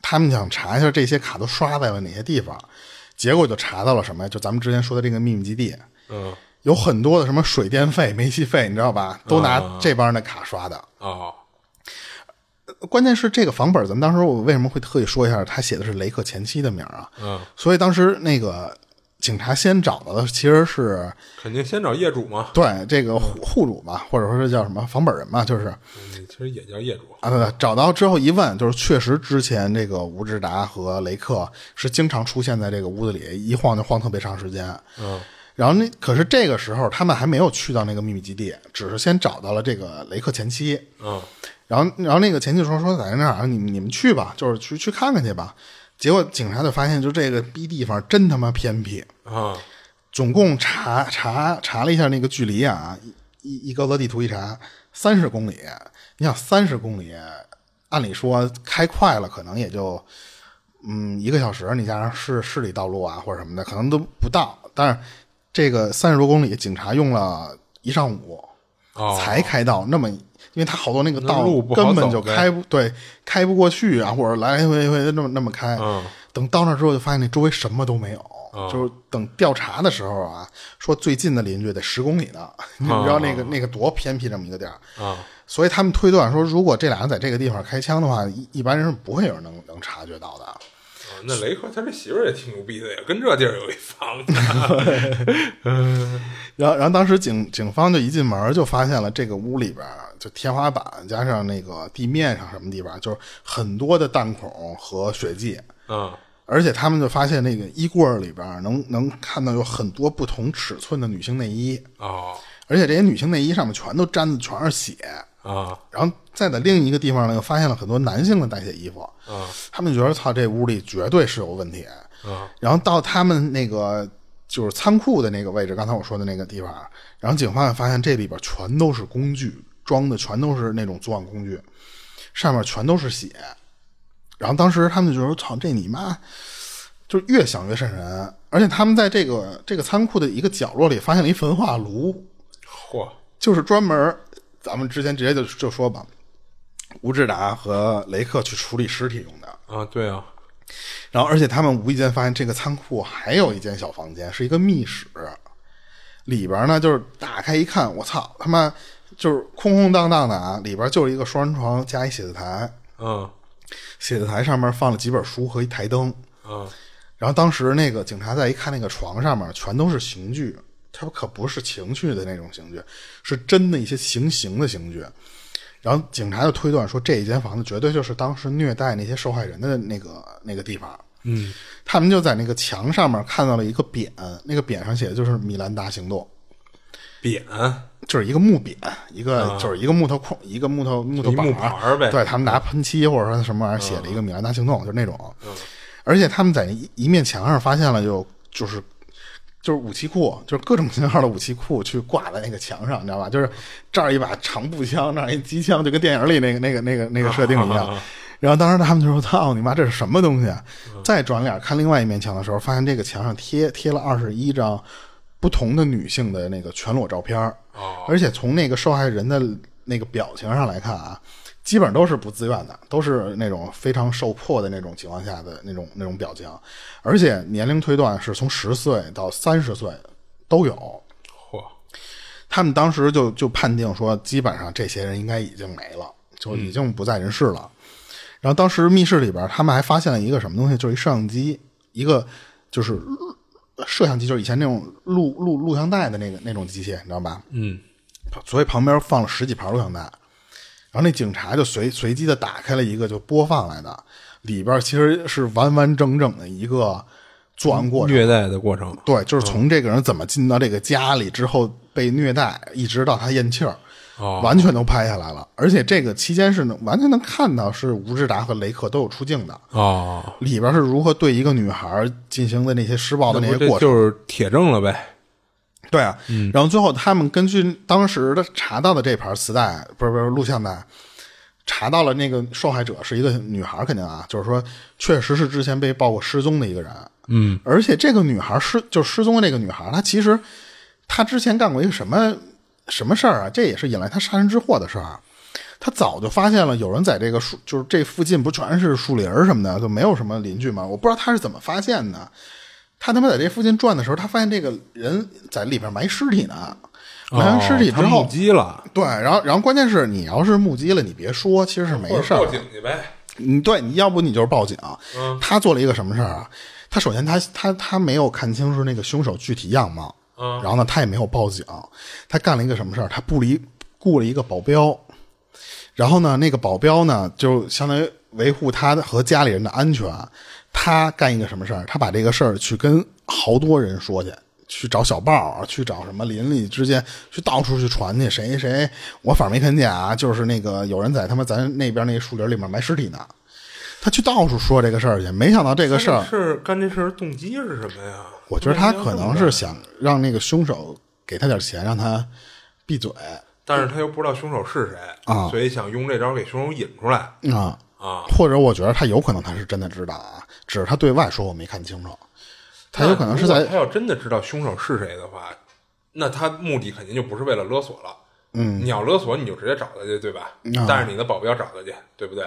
他们想查一下这些卡都刷在了哪些地方，结果就查到了什么呀？就咱们之前说的这个秘密基地，
嗯
有很多的什么水电费、煤气费，你知道吧？都拿这帮人的卡刷的。
哦
关键是这个房本，咱们当时我为什么会特意说一下，他写的是雷克前妻的名儿啊？
嗯，
所以当时那个警察先找到的其实是
肯定先找业主嘛，
对这个户户主嘛，或者说是叫什么房本人嘛，就是。
嗯其实也叫业主，
啊，对对，找到之后一问，就是确实之前这个吴志达和雷克是经常出现在这个屋子里，一晃就晃特别长时间。
嗯
然后那可是这个时候他们还没有去到那个秘密基地，只是先找到了这个雷克前妻。
嗯
然后，然后那个前妻说说在那儿，啊你们你们去吧，就是去去看看去吧。结果警察就发现，就这个逼地方真他妈偏僻。
啊
总共查查查了一下那个距离啊，一一一高德地图一查，三十公里，你想三十公里，按理说开快了可能也就嗯一个小时，你加上市市里道路啊或者什么的，可能都不到。但是这个三十多公里，警察用了一上午
哦，
才开到那么。因为他好多那个
那
道
路不好
根本
走
就
呗
开不对，开不过去啊，或者来来回回那么那么开，
嗯
等到那之后，就发现那周围什么都没有。就是等调查的时候啊，说最近的邻居得十公里呢，
嗯
你知道那个、那个多偏僻这么一个地儿。
啊
所以他们推断说，如果这俩人在这个地方开枪的话，一一般人是不会有人能能察觉到的。
哦那雷克他这媳妇儿也挺牛逼的，也跟这地儿有一房 子。
然后，然后当时警警方就一进门就发现了这个屋里边儿就天花板加上那个地面上什么地方，就是很多的弹孔和血迹。
嗯，
而且他们就发现那个衣柜儿里边儿能能看到有很多不同尺寸的女性内衣。
哦
而且这些女性内衣上面全都沾的全是血。
啊
然后再在另一个地方呢，又发现了很多男性的带血衣服，
啊
他们觉得操，这屋里绝对是有问题。
啊
然后到他们那个就是仓库的那个位置，刚才我说的那个地方，啊然后警方也发现这里边全都是工具，装的全都是那种作案工具，上面全都是血。然后当时他们就说：“操，这你妈！”就越想越瘆人，而且他们在这个这个仓库的一个角落里发现了一焚化炉，
嚯，
就是专门儿，咱们之前直接就就说吧，吴志达和雷克去处理尸体用的。
啊对啊，
然后，而且他们无意间发现这个仓库还有一间小房间，是一个密室，里边呢就是打开一看，我操，他妈就是空空荡荡的啊！里边就是一个双人床加一写字台，
嗯
写字台上面放了几本书和一台灯。
嗯
然后当时那个警察再一看，那个床上面全都是刑具，它可不是情趣的那种刑具，是真的一些行刑的刑具。然后警察就推断说，这一间房子绝对就是当时虐待那些受害人的那个那个地方。
嗯，
他们就在那个墙上面看到了一个匾，那个匾上写的就是“米兰达行动
扁”，
就是一个木匾，一个、就是一个木头框，一个木头木头
啊一
板
木牌儿呗
对他们拿喷漆或者说什么玩意儿写了一个“米兰达行动”，就是那种。
嗯
而且他们在一一面墙上发现了有就是就是武器库，就是各种型号的武器库去挂在那个墙上，你知道吧？就是这儿一把长步枪，那儿一机枪，就跟电影里那个那个那个 那个设定一样。然后当时他们就说：“操你妈，这是什么东西、啊？”
嗯
再转脸看另外一面墙的时候，发现这个墙上贴贴了二十一张不同的女性的那个全裸照片儿
哦
而且从那个受害人的那个表情上来看啊，基本上都是不自愿的，都是那种非常受迫的那种情况下的那种那种表情，而且年龄推断是从十岁到三十岁都有。
嚯，
他们当时就就判定说，基本上这些人应该已经没了，就已经不在人世了。然后当时密室里边，他们还发现了一个什么东西，就是一摄像机，一个就是录摄像机，就是以前那种录录录像带的那个那种机器，你知道吧？
嗯
所以旁边放了十几盘录像带。然后那警察就随随机的打开了一个就播放来的，里边其实是完完整整的一个作案过程。
虐待的过程，
对，就是从这个人怎么进到这个家里之后被虐待，一直到他咽气儿，
哦
完全都拍下来了。而且这个期间是能完全能看到是吴志达和雷克都有出镜的，
哦，
里边是如何对一个女孩进行的那些施暴的那
那不
些
这
过程。
就是嗯铁证了呗。
对啊，然后最后他们根据当时的查到的这盘磁带，不是不是录像带，查到了那个受害者是一个女孩，肯定啊，就是说确实是之前被报过失踪的一个人。嗯，而且这个女孩失就失踪的这个女孩，她其实她之前干过一个什么什么事儿啊？这也是引来她杀人之祸的事儿。啊她早就发现了有人在这个树，就是这附近不全是树林儿什么的，就没有什么邻居嘛。我不知道她是怎么发现的。他他妈在这附近转的时候，他发现这个人在里边埋尸体呢，埋完尸体
哦
之
他
后，
目击了，
对，然后然后关键是你要是目击了，你别说，其实是没事儿
报
的。
警去嗯呗。
你对，你要不你就是报警。他做了一个什么事儿啊？他首先他他他没有看清楚那个凶手具体样貌，然后呢，他也没有报警。他干了一个什么事儿？他不离雇了一个保镖，然后呢，那个保镖呢就相当于维护他和家里人的安全。他干一个什么事儿？他把这个事儿去跟好多人说去。去找小报啊，去找什么邻里之间，去到处去传去，谁谁，我反正没看见啊，就是那个有人在他妈咱那边那树林里面埋尸体呢，他去到处说这个事儿去，没想到这个事儿，
是干这事儿动机是什么呀？
我觉得他可能是想让那个凶手给他点钱，让他闭嘴。
但是他又不知道凶手是谁，
啊
所以想用这招给凶手引出来
啊，
啊。
或者我觉得他有可能他是真的知道啊，只是他对外说我没看清楚，他有可能是
那如
在
果他要真的知道凶手是谁的话，那他目的肯定就不是为了勒索了。嗯，你要勒索你就直接找他去，对吧？
啊
带着你的保镖找他去，对不对？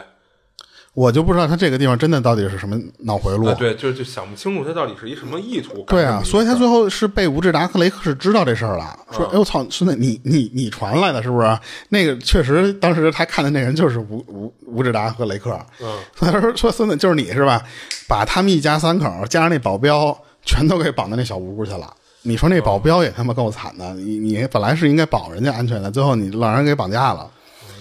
我就不知道他这个地方真的到底是什么脑回路
啊，。对，就就想不清楚他到底是一什么意图。
对
干这么一
啊，
嗯
所以他
事儿
最后是被无志达克雷克是知道这事儿了，说：“哎呦操，孙子，你你你传来的是不是？那个确实，当时他看的那人就是吴吴吴志达和雷克。嗯，他说说孙子就是你是吧？把他们一家三口加上那保镖，全都给绑到那小屋去了。你说那保镖也他妈够惨
嗯
的，你你本来是应该保人家安全的，最后你让人给绑架 了，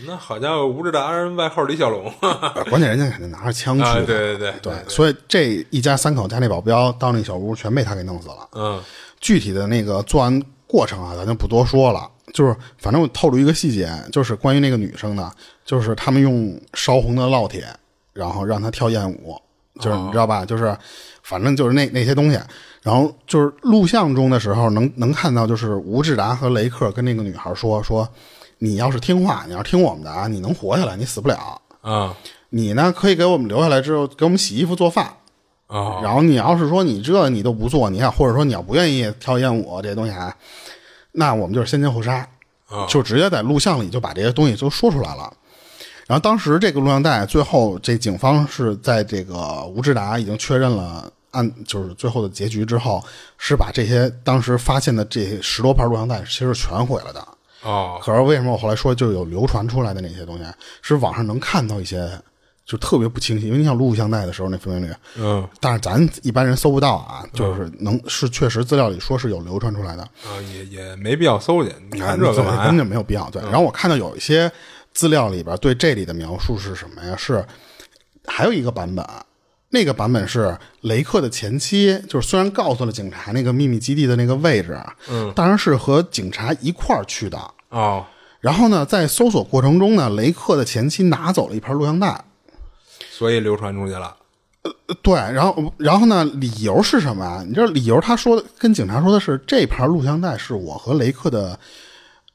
那好家伙，吴志达人外号李小 龙啊！
呃关键人家肯定拿着枪去
对对
的。
对
对，所以这一家三口加那保镖到那小屋，全被他给弄死了。
嗯
具体的那个作案过程啊，咱就不多说了。就是反正我透露一个细节，就是关于那个女生呢，就是他们用烧红的烙铁，然后让她跳艳舞，就是你知道吧？就是反正就是那那些东西。然后就是录像中的时候能能看到，就是吴志达和雷克跟那个女孩说说，你要是听话，你要是听我们的啊，你能活下来，你死不了。
啊
你呢，可以给我们留下来之后，给我们洗衣服做饭，
啊！
然后你要是说你这你都不做，你看，或者说你要不愿意跳艳舞这些东西啊，那我们就是先奸后杀，就直接在录像里就把这些东西都说出来了。然后当时这个录像带最后这警方是在这个吴志达已经确认了案就是最后的结局之后，是把这些当时发现的这十多盘录像带其实全毁了的。
哦，
可是为什么我后来说就有流传出来的那些东西，是网上能看到一些就特别不清晰，因为你想录像带的时候那分辨率，
嗯
但是咱一般人搜不到啊，就是能是确实资料里说是有流传出来的，
啊，也也没必要搜去，你看这
对
啊干嘛
根
呀？嗯
本就没有必要。对，然后我看到有一些资料里边对这里的描述是什么呀？是还有一个版本，那个版本是雷克的前妻，就是虽然告诉了警察那个秘密基地的那个位置，嗯，当然是和警察一块儿去的。
哦，
然后呢，在搜索过程中呢，雷克的前妻拿走了一盘录像带，
所以流传出去了。
对，然后然后呢？理由是什么啊？你知道理由？他说的跟警察说的是，这盘录像带是我和雷克的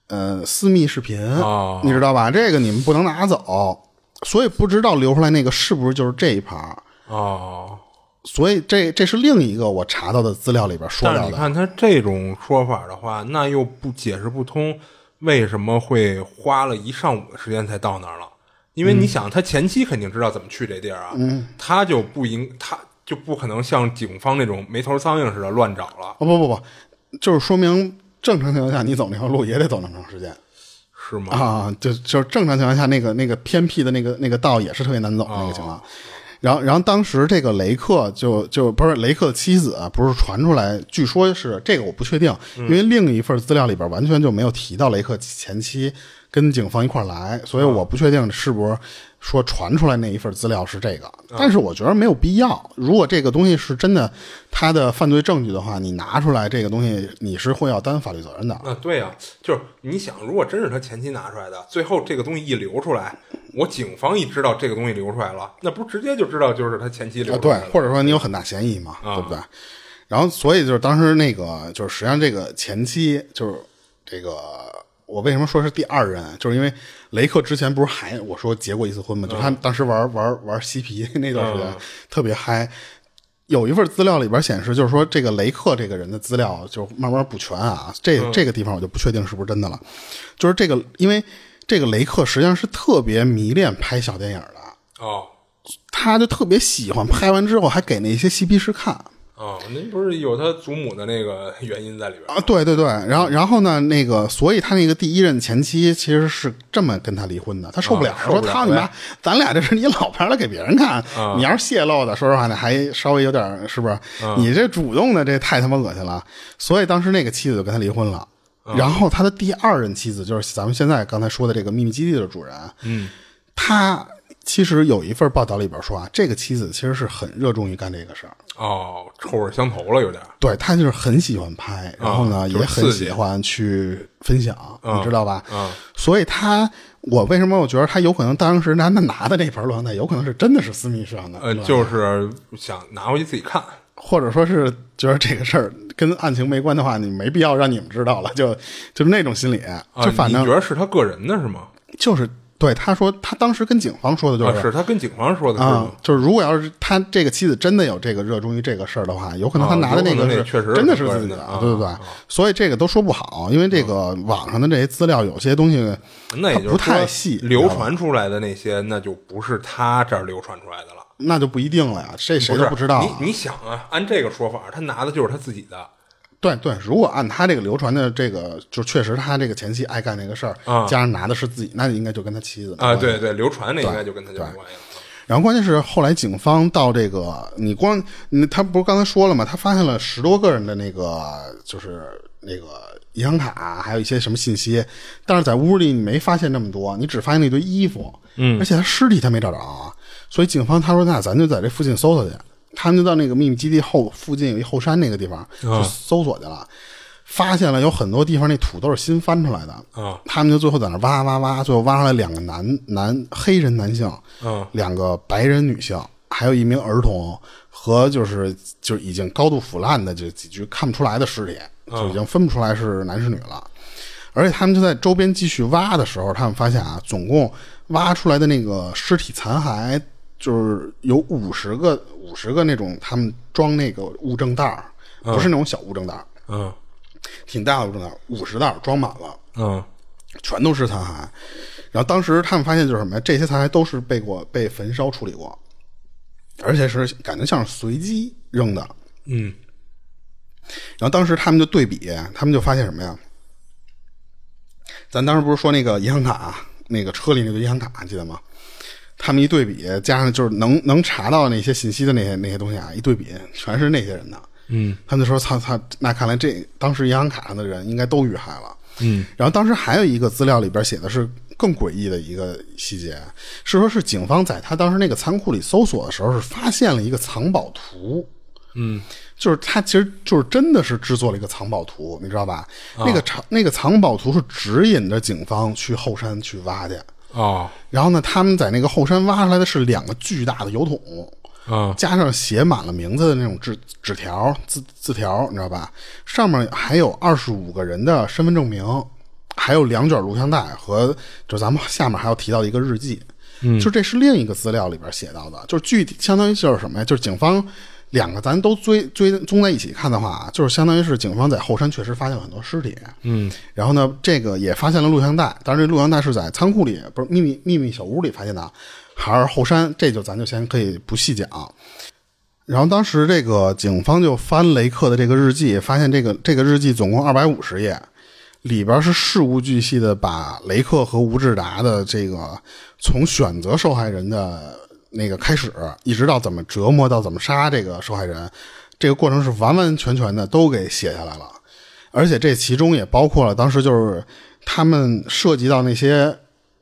呃私密视频，
哦
你知道吧？这个你们不能拿走，所以不知道留出来那个是不是就是这一盘。
哦，
所以这这是另一个我查到的资料里边说
但是
到
你
的，
看他这种说法的话，那又不解释不通，为什么会花了一上午的时间才到那儿了？因为
嗯
你想，他前期肯定知道怎么去这地儿啊，他就不应，他就不可能像警方那种没头苍蝇似的乱找了，
哦不不不，就是说明正常情况下你走那条路也得走那么长时间
是吗？
啊，就就是正常情况下那个那个偏僻的那个那个道也是特别难走的那个情况。然后，然后当时这个雷克就就不是雷克的妻子啊，不是传出来，据说是这个我不确定，因为另一份资料里边完全就没有提到雷克前妻跟警方一块儿来，所以我不确定是不是说传出来那一份资料是这个。但是我觉得没有必要，如果这个东西是真的，他的犯罪证据的话，你拿出来这个东西，你是会要担法律责任的。
啊，对呀、就是你想，如果真是他前期拿出来的，最后这个东西一流出来，我警方一知道这个东西流出来了，那不是直接就知道就是他前期流
啊，
出
对
来的，
或者说你有很大嫌疑嘛，对不对？然后，所以就是当时那个，就是实际上这个前期就是这个，我为什么说是第二任，就是因为雷克之前不是还我说结过一次婚嘛，就是他当时玩玩玩嬉皮那段时间、特别嗨。有一份资料里边显示，就是说这个雷克这个人的资料就慢慢不全啊，这、这个地方我就不确定是不是真的了。就是这个，因为这个雷克实际上是特别迷恋拍小电影的，
哦
他就特别喜欢，拍完之后还给那些嬉皮士看啊
哦，您不是有他祖母的那个原因在里边儿
啊，对对对，然后然后呢，那个，所以他那个第一任前妻其实是这么跟他离婚的，他受不了，啊
啊受不了
说操你妈，咱俩这是你老拍了给别人看，你要是泄露的，说实话呢，还稍微有点儿是不是？你这主动的这太他妈恶心了，所以当时那个妻子就跟他离婚了。然后他的第二任妻子就是咱们现在刚才说的这个秘密基地的主人，嗯，他其实有一份报道里边说啊，这个妻子其实是很热衷于干这个事儿，
哦，臭味相投了，有点儿
对他就是很喜欢拍，然后呢、
啊就是
也很
刺激
喜欢去分享，你知道吧？
嗯
所以他，我为什么我觉得他有可能当时
呃
拿那拿的那盘录像带，有可能是真的是私密摄像的，
呃，就是想拿回去自己看。
或者说是觉得这个事儿跟案情没关的话，你没必要让你们知道了，就就是那种心理，
啊，
就反
你
正
觉得是他个人的是吗？
就是对他说，他当时跟警方说的就
啊，
是
是他跟警方说的是
啊
吗？，
就是如果要是他这个妻子真的有这个热衷于这个事儿的话，有可能他
啊
拿的那
有可
个
能那
是
确实是
真的
个
自
人
己
的啊
对不对
啊？
所以这个都说不好，因为这个网上的这些资料有些东西，
那也就是
他不太
说
细
流传出来的那些，那就不是他这儿流传出来的了。
那就不一定了呀，这谁
不
都
是
不知道啊。
你你想啊，按这个说法，他拿的就是他自己的。
对对，如果按他这个流传的这个，就确实他这个前妻爱干那个事儿，
啊
加上拿的是自己，那应该就跟他妻子没
啊，
关系
对对，流传的应该就跟他就没关系了。
然后关键是后来警方到这个，你光你他不是刚才说了吗？他发现了十多个人的那个就是那个银行卡，还有一些什么信息，但是在屋里你没发现那么多，你只发现那堆衣服，嗯，而且他尸体他没找着啊，所以警方他说那咱就在这附近搜索去，他们就到那个秘密基地后附近有一后山那个地方就搜索去了。发现了有很多地方那土都是新翻出来的，
啊
他们就最后在那挖挖挖，最后挖出来两个男男黑人男性，
嗯，
两个白人女性，还有一名儿童和就是就是已经高度腐烂的这几具看不出来的尸体，
嗯
就已经分不出来是男是女了。而且他们就在周边继续挖的时候，他们发现啊，总共挖出来的那个尸体残骸，就是有五十个五十个那种他们装那个物证袋儿，不是那种小物证袋儿，
嗯
挺大的物证袋儿，五十袋儿装满了。
嗯
全都是残骸。然后当时他们发现就是什么呀？这些残骸都是被过被焚烧处理过，而且是感觉像是随机扔的。
嗯
然后当时他们就对比，他们就发现什么呀？咱当时不是说那个银行卡，啊那个车里那个银行卡，记得吗？他们一对比，加上就是能能查到那些信息的那些那些东西啊，一对比，全是那些人的。
嗯，
他们就说：“操操，那看来这当时银行卡上的人应该都遇害了。”
嗯，
然后当时还有一个资料里边写的是更诡异的一个细节，是说是警方在他当时那个仓库里搜索的时候，是发现了一个藏宝图。
嗯，
就是他其实就是真的是制作了一个藏宝图，你知道吧？那个藏那个藏宝图是指引着警方去后山去挖去。
哦
然后呢，他们在那个后山挖出来的是两个巨大的油桶，
啊
加上写满了名字的那种纸纸条字字条，你知道吧？上面还有二十五个人的身份证明，还有两卷录像带和就咱们下面还要提到的一个日记。嗯，就这是另一个资料里边写到的，就是具体相当于就是什么呀？就是警方两个咱都追追综在一起看的话，就是相当于是警方在后山确实发现了很多尸体。嗯，然后呢，这个也发现了录像带，当然这录像带是在仓库里，不是秘密秘密小屋里发现的啊，还是后山？这就咱就先可以不细讲。然后当时这个警方就翻雷克的这个日记，发现这个这个日记总共二百五十页，里边是事无巨细的把雷克和吴志达的这个从选择受害人的那个开始，一直到怎么折磨到怎么杀这个受害人，这个过程是完完全全的都给写下来了。而且这其中也包括了当时就是他们涉及到那些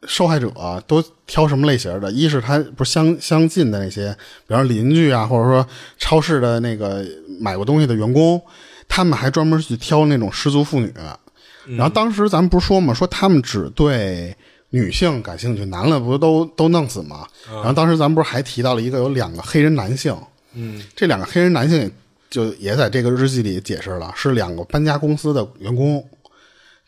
受害者、啊都挑什么类型的？一是他不是相相近的那些，比方说邻居啊，或者说超市的那个买过东西的员工，他们还专门去挑那种失足妇女。然后当时咱们不是说嘛，说他们只对女性感兴趣，男的不都都弄死吗？然后当时咱们不是还提到了一个有两个黑人男性，
嗯
这两个黑人男性也就也在这个日记里解释了，是两个搬家公司的员工。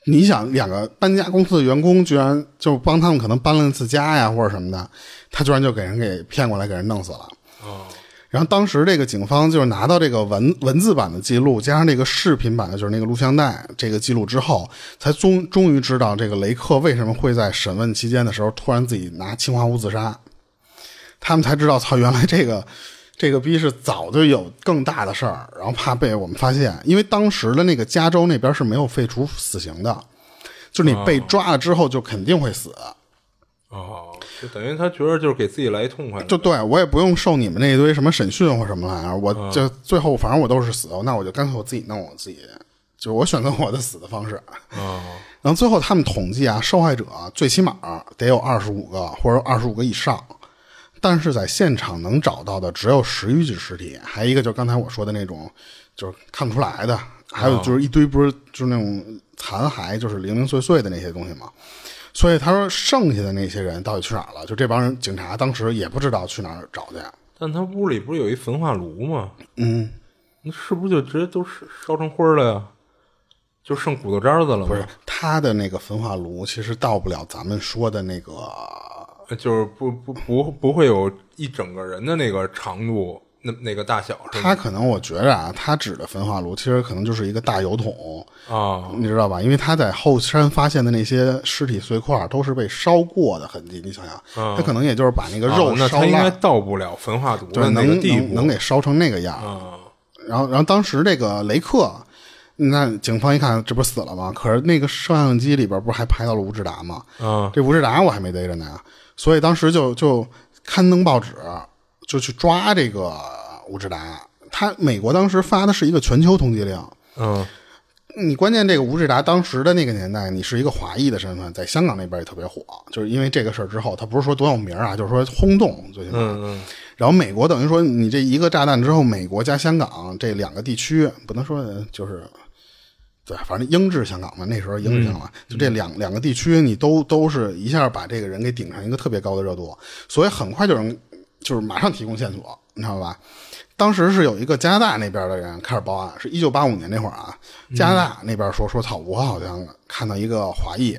你想，两个搬家公司的员工居然就帮他们可能搬了一次家呀，或者什么的，他居然就给人给骗过来，给人弄死了。
哦
然后当时这个警方就是拿到这个文文字版的记录，加上这个视频版的，就是那个录像带这个记录之后，才终终于知道这个雷克为什么会在审问期间的时候突然自己拿氰化物自杀。他们才知道，操，原来这个这个逼是早就有更大的事儿，然后怕被我们发现，因为当时的那个加州那边是没有废除死刑的，就是你被抓了之后就肯定会死。
哦，就等于他觉得就是给自己来一痛快了，
就对我也不用受你们那一堆什么审讯或什么玩意儿，我就最后反正我都是死，那我就干脆我自己弄我自己，就我选择我的死的方式。啊
哦
然后最后他们统计啊，受害者最起码得有二十五个或者二十五个以上，但是在现场能找到的只有十余具尸体，还一个就是刚才我说的那种，就是看不出来的，还有就是一堆不是就是那种残骸，就是零零碎碎的那些东西嘛。所以他说，剩下的那些人到底去哪儿了？就这帮人，警察当时也不知道去哪儿找去。啊
但他屋里不是有一焚化炉吗？
嗯，
那是不是就直接都是烧成灰儿了呀？就剩骨头渣子了吗？
不是，他的那个焚化炉其实到不了咱们说的那个，
呃就是不不不不会有一整个人的那个长度，那那个大小是吗？
他可能我觉着啊，他指的焚化炉其实可能就是一个大油桶，
啊，
你知道吧？因为他在后山发现的那些尸体碎块都是被烧过的痕迹，你想想，他可能也就是把那个
啊
肉
嗯那
烧
他应该
烂，
到不了焚化炉
对，
的那个
能
地
能
步
能给烧成那个样儿。
啊。
然后，然后当时这个雷克，那警方一看，这不是死了吗？可是那个摄像机里边不是还拍到了吴志达吗？
啊，
这吴志达我还没逮着呢，所以当时就就刊登报纸，就去抓这个吴志达。他美国当时发的是一个全球通缉令，
嗯
你关键这个吴志达当时的那个年代，你是一个华裔的身份，在香港那边也特别火，就是因为这个事儿之后，他不是说多有名啊，就是说轰动最起码。
嗯嗯，
然后美国等于说你这一个炸弹之后，美国加香港这两个地区不能说呃就是。对，反正英治香港嘛，那时候英治香港
嗯
嘛，就这两两个地区，你都都是一下把这个人给顶上一个特别高的热度，所以很快就有人就是马上提供线索，你知道吧？当时是有一个加拿大那边的人开始报案，是一九八五年那会儿啊，加拿大那边说说操，我好像看到一个华裔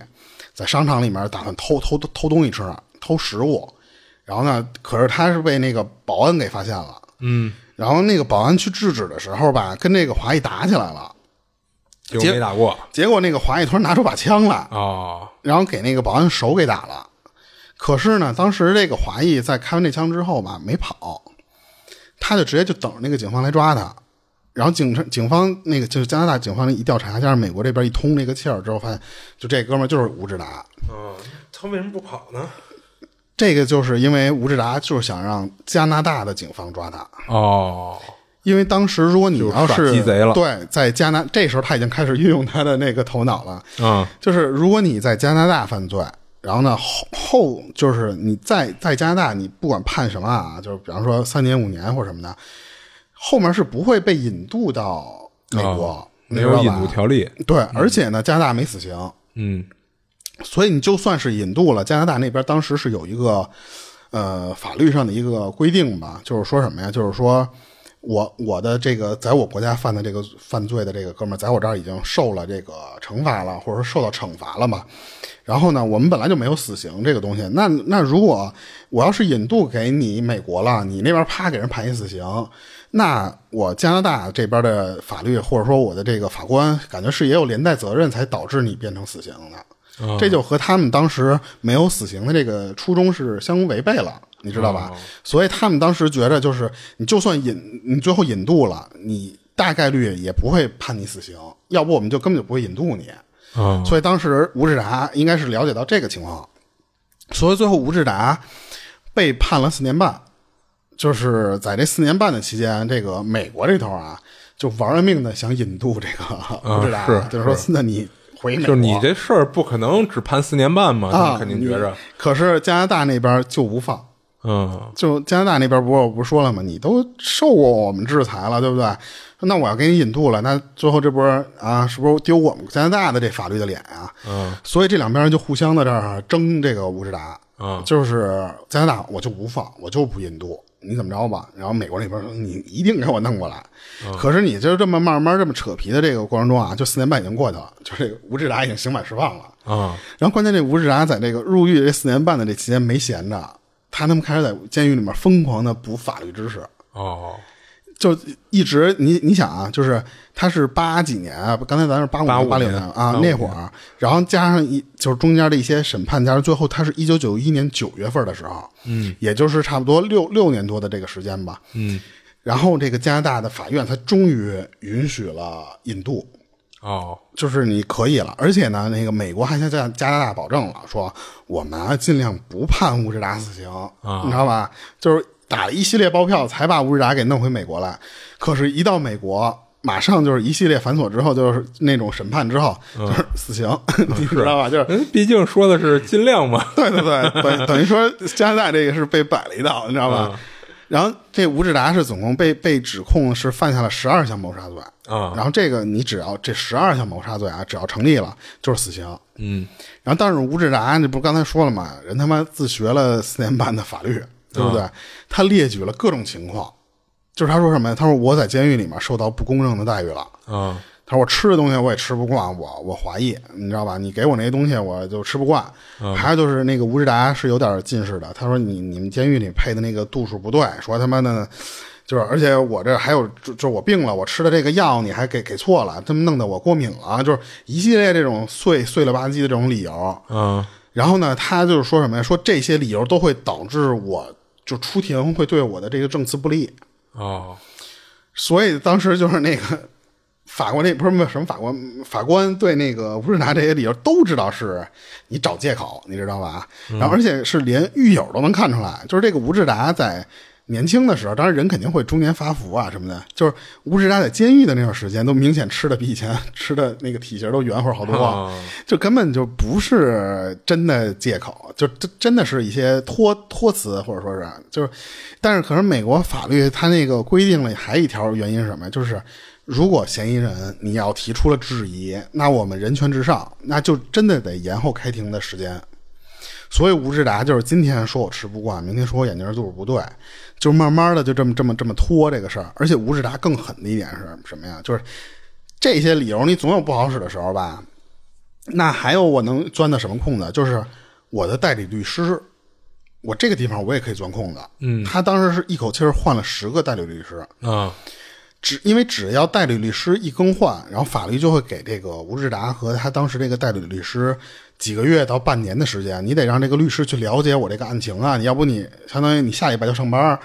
在商场里面打算偷偷偷偷东西吃，啊偷食物，然后呢，可是他是被那个保安给发现了，
嗯，
然后那个保安去制止的时候吧，跟这个华裔打起来了，
就没打过
结果那个华裔突然拿出把枪来，
哦，
然后给那个保安手给打了。可是呢，当时这个华裔在开完这枪之后吧，没跑，他就直接就等着那个警方来抓他。然后警察、警方那个就是加拿大警方一调查，加上美国这边一通这个气儿之后，发现就这哥们儿就是吴志达。
嗯，他为什么不跑呢？
这个就是因为吴志达就是想让加拿大的警方抓他，
哦，
因为当时如果你要
就是耍鸡贼了
对，在加拿这时候他已经开始运用他的那个头脑了，
嗯
就是如果你在加拿大犯罪，然后呢后后就是你在在加拿大，你不管判什么啊，就是比方说三年五年或什么的，后面是不会被引渡到美国，
哦
你
没
知道吧
有引渡条嗯例，
对，而且呢，加拿大没死刑，
嗯
所以你就算是引渡了，加拿大那边当时是有一个呃法律上的一个规定吧，就是说什么呀？就是说我我的这个在我国家犯的这个犯罪的这个哥们儿，在我这儿已经受了这个惩罚了，或者说受到惩罚了嘛。然后呢，我们本来就没有死刑这个东西，那那如果我要是引渡给你美国了，你那边啪给人判一死刑，那我加拿大这边的法律或者说我的这个法官，感觉是也有连带责任才导致你变成死刑的。
嗯
这就和他们当时没有死刑的这个初衷是相违背了，你知道吧？
嗯
所以他们当时觉着，就是你就算引你最后引渡了，你大概率也不会判你死刑，要不我们就根本就不会引渡你。
嗯
所以当时吴志达应该是了解到这个情况，所以最后吴志达被判了四年半。就是在这四年半的期间，这个美国这头啊，就玩了命的想引渡这个吴志达，
嗯是
就是说，那你回美
就
国，
是你这事儿不可能只判四年半嘛，他
啊，
们肯定觉着
你，可是加拿大那边就不放，
嗯
就加拿大那边不是我不是说了吗？你都受过我们制裁了，对不对？那我要给你引渡了，那最后这不是啊，是不是丢我们加拿大的这法律的脸啊？
嗯，
所以这两边人就互相的这儿争这个吴志达，
嗯
就是加拿大我就不放，我就不引渡，你怎么着吧？然后美国那边说你一定给我弄过来。
嗯
可是你就这么慢慢这么扯皮的这个过程中啊，就四年半已经过去了，就这个吴志达已经刑满释放了。
啊
然后关键这吴志达在这个入狱这四年半的这期间没闲着，他他妈开始在监狱里面疯狂的补法律知识，
哦，
就一直你你想啊，就是他是八几年啊，刚才咱是八五
85
八六
年
啊
85
那会儿，然后加上一就是中间的一些审判，加上最后他是一九九一年九月份的时候，嗯，也就是差不多六六年多的这个时间吧，
嗯
然后这个加拿大的法院他终于允许了引渡，
哦，
就是你可以了，而且呢，那个美国还向加加拿大保证了，说我们啊尽量不判乌志达死刑，你知道吧？就是打了一系列包票才把乌志达给弄回美国来。可是，一到美国，马上就是一系列繁琐之后，就是那种审判之后，就是死刑， 你知道吧？就是
嗯，毕竟说的是尽量嘛，
对对对，等等于说加拿大这个是被摆了一道，你知道吧？然后这吴志达是总共被被指控是犯下了十二项谋杀罪
啊
然后这个你只要这十二项谋杀罪啊，只要成立了就是死刑。
嗯
然后但是吴志达，你不是刚才说了吗？人他妈自学了四年半的法律，对不对？他列举了各种情况，就是他说什么呀？他说我在监狱里面受到不公正的待遇了。
啊，
他说我吃的东西我也吃不惯，我我华裔，你知道吧？你给我那些东西我就吃不惯。还有就是那个吴志达是有点近视的，他说你你们监狱里配的那个度数不对，说他妈的，就是而且我这还有就就我病了，我吃的这个药你还给给错了，这么弄得我过敏了，就是一系列这种碎碎了吧唧的这种理由。
嗯，
然后呢，他就是说什么呀？说这些理由都会导致我就出庭会对我的这个证词不利。
哦，
所以当时就是那个 法官那不是没有什么法官法官对那个吴志达这些理由都知道是你找借口，你知道吧？然后而且是连狱友都能看出来，就是这个吴志达在年轻的时候，当然人肯定会中年发福啊什么的，就是吴志达在监狱的那段时间都明显吃的比以前吃的那个体型都圆乎好多，
哦
就根本就不是真的借口，就真真的是一些托托词，或者说是啊就是，但是可是美国法律它那个规定了还一条原因是什么呀？就是如果嫌疑人你要提出了质疑，那我们人权至上，那就真的得延后开庭的时间。所以吴志达就是今天说我吃不惯，明天说我眼睛度数不对，就慢慢的就这么这么这么拖这个事儿。而且吴志达更狠的一点是什么呀？就是这些理由你总有不好使的时候吧。那还有我能钻的什么空子？就是我的代理律师，我这个地方我也可以钻空子。嗯，他当时是一口气儿换了十个代理律师，
啊，
只因为只要代理律师一更换，然后法律就会给这个吴志达和他当时这个代理律师几个月到半年的时间，你得让这个律师去了解我这个案情啊，你要不你相当于你下礼拜就上班儿，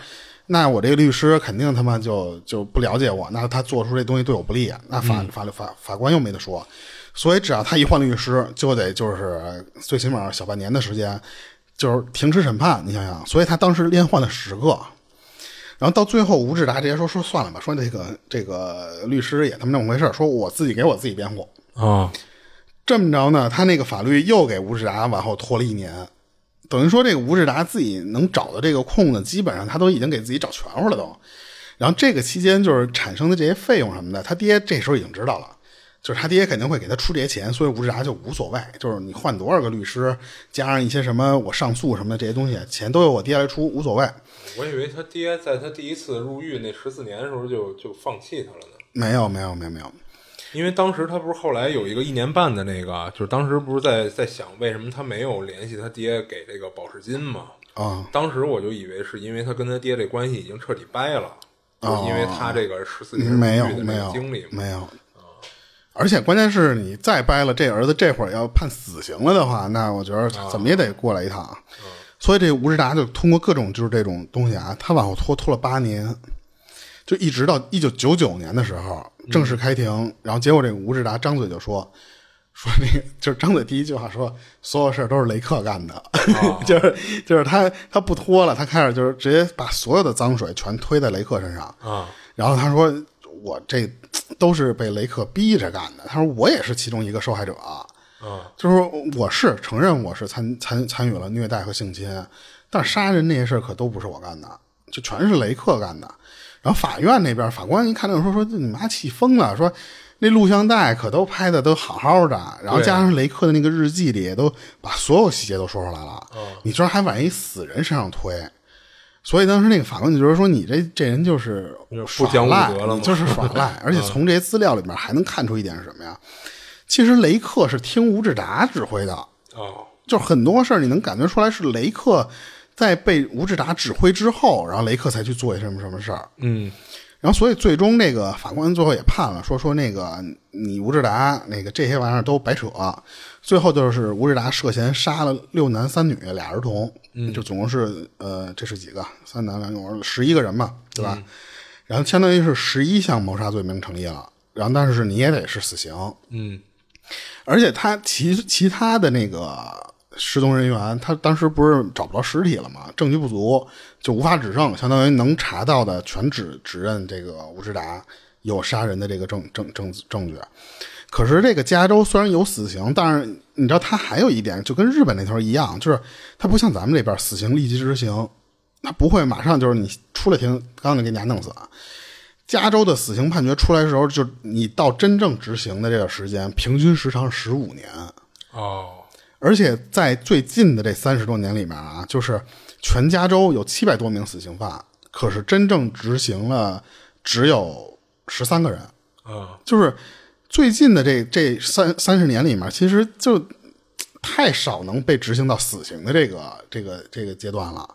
那我这个律师肯定他妈就就不了解我，那他做出这东西对我不利，那法、法律法法官又没得说，所以只要他一换律师，就得就是最起码小半年的时间，就是停止审判，你想想，所以他当时连换了十个。然后到最后，吴志达直接说说算了吧，说这个这个律师也他妈那么回事儿说我自己给我自己辩护。
啊，
这么着呢，他那个法律又给吴志达往后拖了一年，等于说这个吴志达自己能找的这个空子，基本上他都已经给自己找全乎了都。然后这个期间就是产生的这些费用什么的，他爹这时候已经知道了，就是他爹肯定会给他出这些钱，所以吴志达就无所谓，就是你换多少个律师，加上一些什么我上诉什么的这些东西，钱都由我爹来出，无所谓。
我以为他爹在他第一次入狱那十四年的时候就就放弃他了呢。
没有没有没有没有，
因为当时他不是后来有一个一年半的那个，就是当时不是在在想为什么他没有联系他爹给这个保释金嘛？
啊
当时我就以为是因为他跟他爹这关系已经彻底掰了，就是因为他这个十四年
哦没有
入狱的
没
这个
有
经历啊嘛。
没有，而且关键是你再掰了，这儿子这会儿要判死刑了的话，那我觉得
啊
怎么也得过来一趟。所以这吴志达就通过各种就是这种东西啊，他往后拖拖了八年，就一直到一九九九年的时候
嗯
正式开庭，然后结果这个吴志达张嘴就说。说那个就是张嘴第一句话说，所有事儿都是雷克干的，
啊
就是就是他他不拖了，他开始就是直接把所有的脏水全推在雷克身上，
啊
然后他说：“我这都是被雷克逼着干的。”他说：“我也是其中一个受害者啊。”
啊
就是说我是承认我是参参参与了虐待和性侵，但是杀人那些事儿可都不是我干的，就全是雷克干的。然后法院那边法官一看这说说你妈气疯了，说那录像带可都拍的都好好的，然后
对啊
加上雷克的那个日记里也都把所有细节都说出来了，你居然还往一死人身上推。所以当时那个法官就觉得说你这这人就是
不讲武
耍赖
德了嘛
你就是耍 赖。而且从这些资料里面还能看出一点是什么呀？其实雷克是听吴志达指挥的，
哦
就是很多事儿你能感觉出来是雷克在被吴志达指挥之后，然后雷克才去做一些什么什么事儿。
嗯
然后所以最终那个法官最后也判了，说说那个你吴志达那个这些玩意儿都白扯。最后就是吴志达涉嫌杀了六男三女俩儿童，就总共是呃这是几个三男两女十一个人嘛，对吧？然后相当于是十一项谋杀罪名成立了，然后但是你也得是死刑。
嗯
而且他其其他的那个失踪人员，他当时不是找不着尸体了吗？证据不足，就无法指证，相当于能查到的全指指认这个吴志达有杀人的这个证证证证据。可是这个加州虽然有死刑，但是你知道它还有一点，就跟日本那头一样，就是它不像咱们这边死刑立即执行，它不会马上就是你出了庭，刚就给你家弄死啊。加州的死刑判决出来的时候，就你到真正执行的这个时间，平均时长十五年，
哦
而且在最近的这三十多年里面啊，就是全加州有七百多名死刑犯，可是真正执行了只有十三个人，
嗯
就是最近的这这三三十年里面，其实就嘖太少能被执行到死刑的这个这个这个阶段了。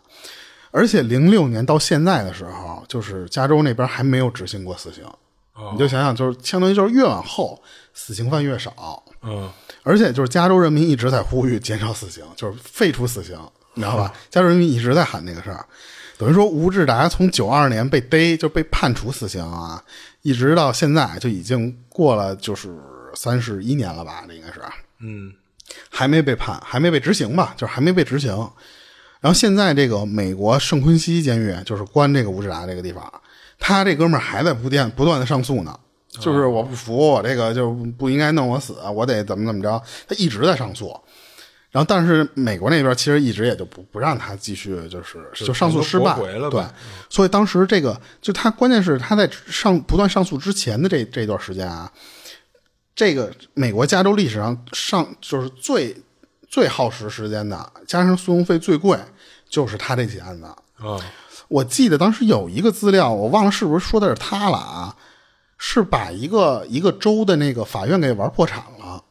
而且零六年到现在的时候，就是加州那边还没有执行过死刑，
哦
你就想想，就是相当于就是越往后死刑犯越少，
嗯
而且就是加州人民一直在呼吁减少死刑，就是废除死刑，你知道吧？加州人民一直在喊这个事儿，等于说吴志达从九二年被逮就被判处死刑啊，一直到现在就已经过了就是三十一年了吧，这应该是
嗯
还没被判，还没被执行吧，就是还没被执行。然后现在这个美国圣昆西监狱就是关这个吴志达这个地方，他这哥们儿还在不断不断的上诉呢，
哦
就是我不服，我这个就不应该弄我死，我得怎么怎么着，他一直在上诉。然后，但是美国那边其实一直也就不不让他继续，就是就上诉失败
全都驳回了，
对
呗，
所以当时这个就他关键是他在上不断上诉之前的这这段时间啊，这个美国加州历史上上就是最最耗时时间的，加上诉讼费最贵，就是他这起案子。
嗯
我记得当时有一个资料，我忘了是不是说的是他了啊，是把一个一个州的那个法院给玩破产了，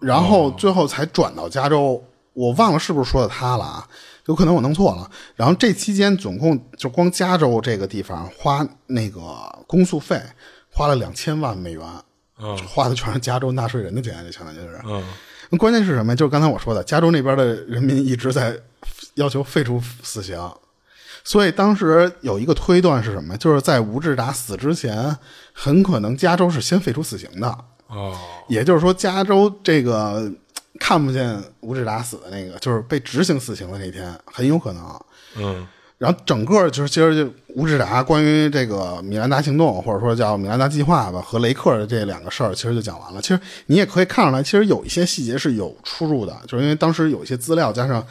然后最后才转到加州。我忘了是不是说的他了啊，有可能我弄错了。然后这期间总共就光加州这个地方花那个公诉费花了两千万美元，
嗯
花的全是加州纳税人的钱，这相当于就是。
嗯
那关键是什么呀？就是刚才我说的，加州那边的人民一直在要求废除死刑，所以当时有一个推断是什么呀？就是在吴志达死之前，很可能加州是先废除死刑的，
哦
也就是说，加州这个嘖看不见吴志达死的那个，就是被执行死刑的那天，很有可能。
嗯
然后整个就是其实就吴志达啊关于这个米兰达行动啊或者说叫米兰达计划吧和雷克的这两个事儿，其实就讲完了。其实你也可以看出来，其实有一些细节是有出入的，就是因为当时有一些资料加上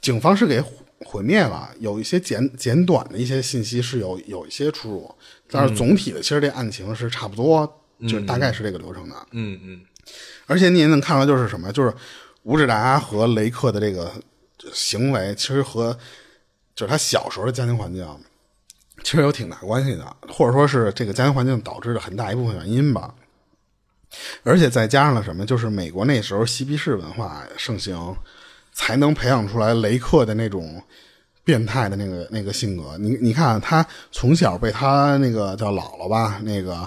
警方是给毁毁灭了，有一些简简短的一些信息是有有一些出入，但是总体的其实这案情是差不多，就是大概是这个流程的。
嗯嗯
而且你也能看出来，就是什么，就是吴志达和雷克的这个行为，其实和就是他小时候的家庭环境，其实有挺大关系的，或者说是这个家庭环境导致的很大一部分原因吧。而且再加上了什么，就是美国那时候嬉皮士文化盛行，才能培养出来雷克的那种变态的那个那个性格。你你看，他从小被他那个叫姥姥吧，那个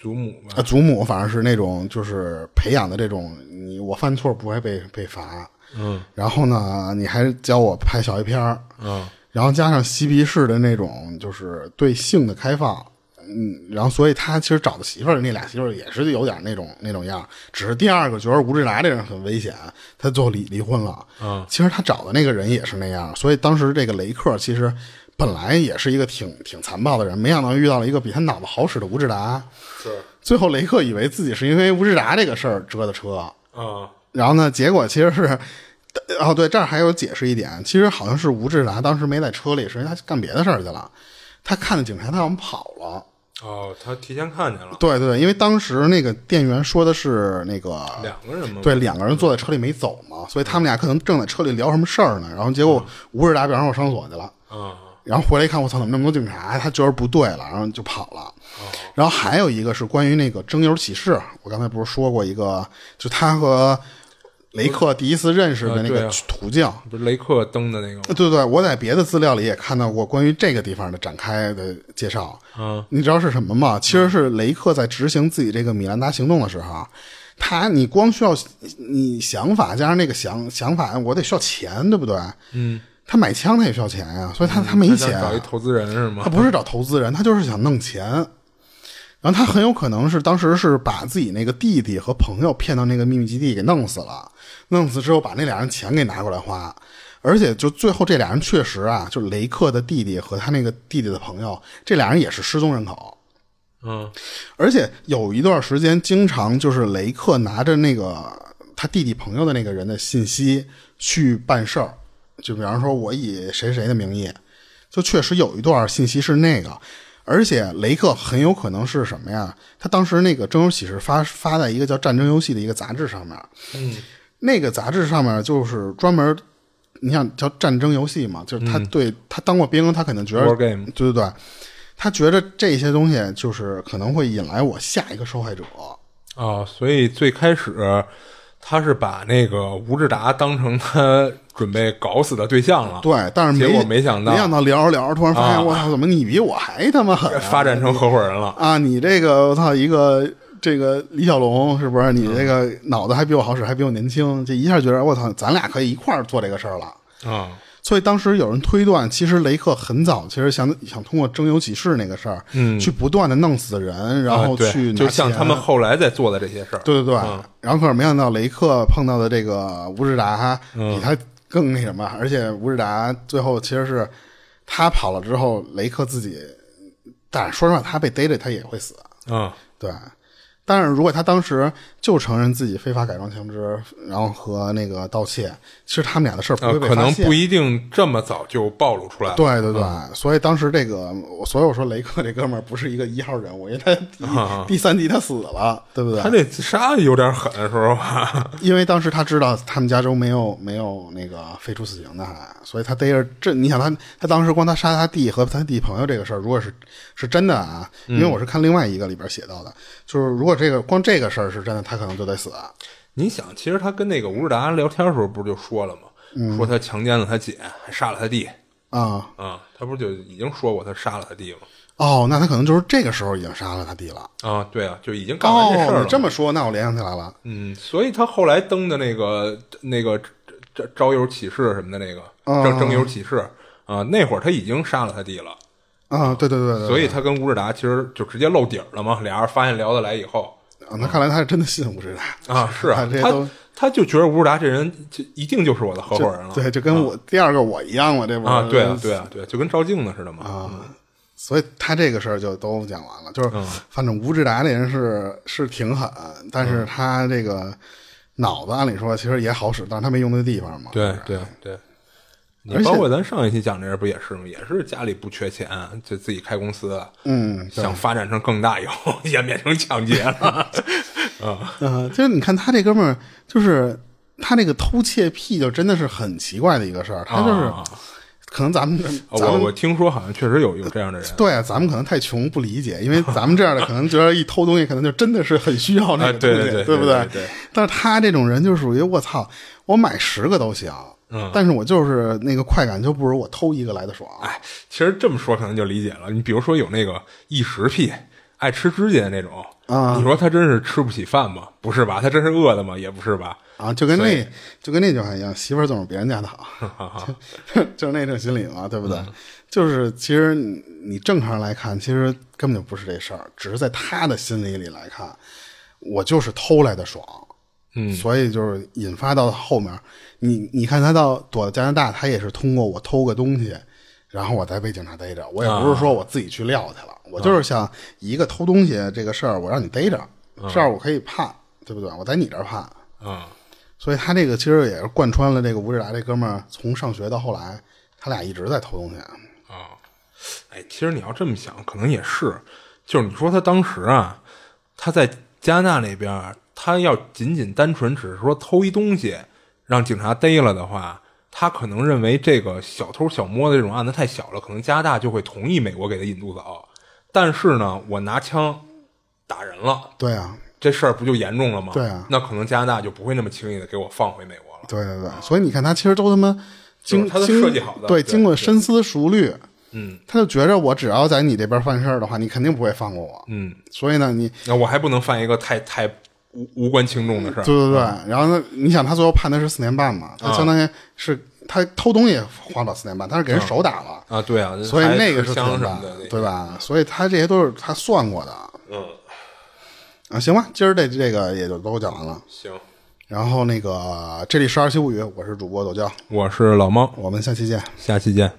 祖母吧
啊，祖母反正是那种就是培养的这种，你我犯错不会被被罚，
嗯
然后呢，你还教我拍小 A 片儿，
嗯
然后加上嬉皮士的那种就是对性的开放，嗯，然后所以他其实找的媳妇儿那俩媳妇儿也是有点那种那种样儿，只是第二个觉得吴志达这人很危险，他最后离离婚了。
嗯，
其实他找的那个人也是那样，所以当时这个雷克其实本来也是一个挺挺残暴的人，没想到遇到了一个比他脑子好使的吴志达。
是
最后雷克以为自己是因为吴志达这个事儿折的车，
嗯
然后呢，结果其实是， 哦对，这儿还有解释一点，其实好像是吴志达当时没在车里，是因为他干别的事儿去了，他看见警察，他好像跑了。
哦，他提前看见了
对对，因为当时那个店员说的是那个
两个人嘛，
啊对，两个人坐在车里没走嘛，所以他们俩可能正在车里聊什么事儿呢，然后结果吴志达，比方说我上厕所去了。
嗯
然后回来一看，我操，怎么那么多警察？哎他觉得不对了，然后就跑了。
哦
然后还有一个是关于那个征友启事，我刚才不是说过一个，就他和雷克第一次认识的那
呃对
个
啊
途径。
不是雷克登的那个吗？
对对对，我在别的资料里也看到过关于这个地方的展开的介绍。
嗯，
你知道是什么吗？其实是雷克在执行自己这个米兰达行动的时候，啊他你光需要你想法加上那个想想法，我得需要钱，对不对？嗯，他买枪他也需要钱呀、所以他他没
嗯他
钱啊
想，找一投资人是吗
他？不是找投资人，他就是想弄钱。然后他很有可能是当时是把自己那个弟弟和朋友骗到那个秘密基地给弄死了，弄死之后把那俩人钱给拿过来花，而且就最后这俩人确实啊，就雷克的弟弟和他那个弟弟的朋友，这俩人也是失踪人口，
嗯
而且有一段时间经常就是雷克拿着那个他弟弟朋友的那个人的信息去办事儿，就比方说我以谁谁的名义，就确实有一段信息是那个，而且雷克很有可能是什么呀？他当时那个征友启事发发在一个叫《战争游戏》的一个杂志上面，
嗯
那个杂志上面就是专门你想叫战争游戏嘛，就是他对、他当过兵，他肯定觉得
嗯 War game
对对对，他觉得这些东西就是可能会引来我下一个受害者，
啊、所以最开始他是把那个吴志达当成他准备搞死的对象了，
对，但是没
结果没想到
没想到聊着聊着，突然发
啊
现我操、怎么你比我还他妈狠啊、
发展成合伙人了。
啊！你这个我操一个这个李小龙是不
嗯
是？你这个脑子还比我好使，还比我年轻，这一下觉得我操，咱俩可以一块儿做这个事儿了。
啊，
所以当时有人推断，其实雷克很早其实想想通过征友启事那个事儿，
嗯
去不断的弄死人，然后
啊对
去拿
就像
钱
他们后来在做的这些事儿，
对对对，
嗯
然后可是没想到雷克碰到的这个吴志达
嗯
比他更那什么，而且吴志达最后其实是他跑了之后，雷克自己，但是说实话，他被逮着他也会死，
嗯
对。但是如果他当时就承认自己非法改装枪支，然后和那个盗窃，其实他们俩的事儿不
呃，
会被
可
发
能
现。
不一嗯定这么早就暴露出来了。
对对对，所以当时这个，我所以我说雷克 这哥们儿不是一个一号人物，因为他第一、第三集他死了，对不对？
啊他这自杀有点狠，说实话。
因为当时他知道他们加州没有没有那个废除死刑的还，所以他逮着这，你想他他当时光他杀他弟和他弟朋友这个事儿，如果是是真的啊，因
嗯
为我是看另外一个里边写到的，就是如果这个光这个事儿是真的，他可能就得死。 啊
你想，其实他跟那个吴志达聊天的时候，不是就说了吗？
嗯
说他强奸了他姐，还杀了他弟。
啊、
啊，他不是就已经说过他杀了他弟吗？
哦，那他可能就是这个时候已经杀了他弟了。
啊，对啊，就已经干完这事儿
哦，
了
你
嘛。
这么说，那我联想起来了。
嗯，所以他后来登的那个那个招招友启事什么的那个
哦
征征友启事啊，那会儿他已经杀了他弟了，
啊、对对对对对，
所以他跟吴志达其实就直接露底儿了嘛。俩人发现聊得来以 后
啊，那看来他是真的信吴志达
啊，是
啊
啊，
这些都
他他就觉得吴志达这人就一定就是我的合伙人了，啊
对，就跟我、第二个我一样嘛，这不是
啊，对啊，对啊，对啊，就跟照镜子似的嘛。嗯
啊，所以他这个事儿就都讲完了，就是反正吴志达这人是是挺狠，但是
嗯
他这个脑子按理说其实也好使，但是他没用对地方嘛。
对对对，你
而且
包括咱上一期讲这人不也是吗？也是家里不缺钱，就自己开公司，
嗯，
想发展成更大以后， 演变成抢劫 了。啊，
嗯，就是你看他这哥们儿，就是他这个偷窃癖，就真的是很奇怪的一个事儿。他就是、
啊
可能咱们咱
我
们
我听说好像确实有有这样的人。
对啊，咱们可能太穷不理解，因为咱们这样的可能觉得一偷东西，可能就真的是很需要
啊
那个东
对
西，
对对
不
对对对
但是他这种人就属于我操，我买十个都行，
嗯
但是我就是那个快感就不如我偷一个来的爽。
哎，其实这么说可能就理解了。你比如说有那个异食癖，爱吃指甲的那种，
啊
你说他真是吃不起饭吗？不是吧？他真是饿的吗？也不是吧？
啊，就跟
所
那
以
就跟那句话一样，媳妇儿总是别人家的好， 就是那种心理嘛，对不
嗯
对？就是其实你你正常来看，其实根本就不是这事儿，只是在他的心理里来看，我就是偷来的爽。
嗯
所以就是引发到后面，你你看他到躲到加拿大，他也是通过我偷个东西，然后我再被警察逮着。我也
啊
不是说我自己去撂去了，我就是想一个偷东西这个事儿，我让你逮着，
嗯
这样我可以判，对不对？我在你这儿判。
啊、
所以他这个其实也是贯穿了这个吴志达这哥们儿从上学到后来，他俩一直在偷东西。
哎，其实你要这么想，可能也是，就是你说他当时啊，他在加拿大那边儿，他要仅仅单纯只是说偷一东西，让警察逮了的话，他可能认为这个小偷小摸的这种案子太小了，可能加拿大就会同意美国给他引渡走。但是呢，我拿枪打人了，
对啊，
这事儿不就严重了吗？
对啊
那可能加拿大就不会那么轻易的给我放回美国了。
对对对，所以你看他其实都他妈经
就是他都
经
设计好的对
对，经过深思熟虑，
嗯
他就觉着我只要在你这边犯事儿的话，你肯定不会放过我。
嗯，
所以呢，你
那我还不能犯一个太太无无关轻重的事儿。
对对对，
嗯
然后呢，你想他最后判的是四年半嘛，他相当于是他偷东西花不了四年半，他是给人手打了，
啊，对啊，
所以
还
那个
吃
是
香
四年
什
半
么的，那
对吧？所以他这些都是他算过的
嗯，
啊。行吧，今儿这这个也就都讲完了。
行，
然后那个这里是二七物语，我是主播左教，
我是老猫，
我们下期见。
下期见。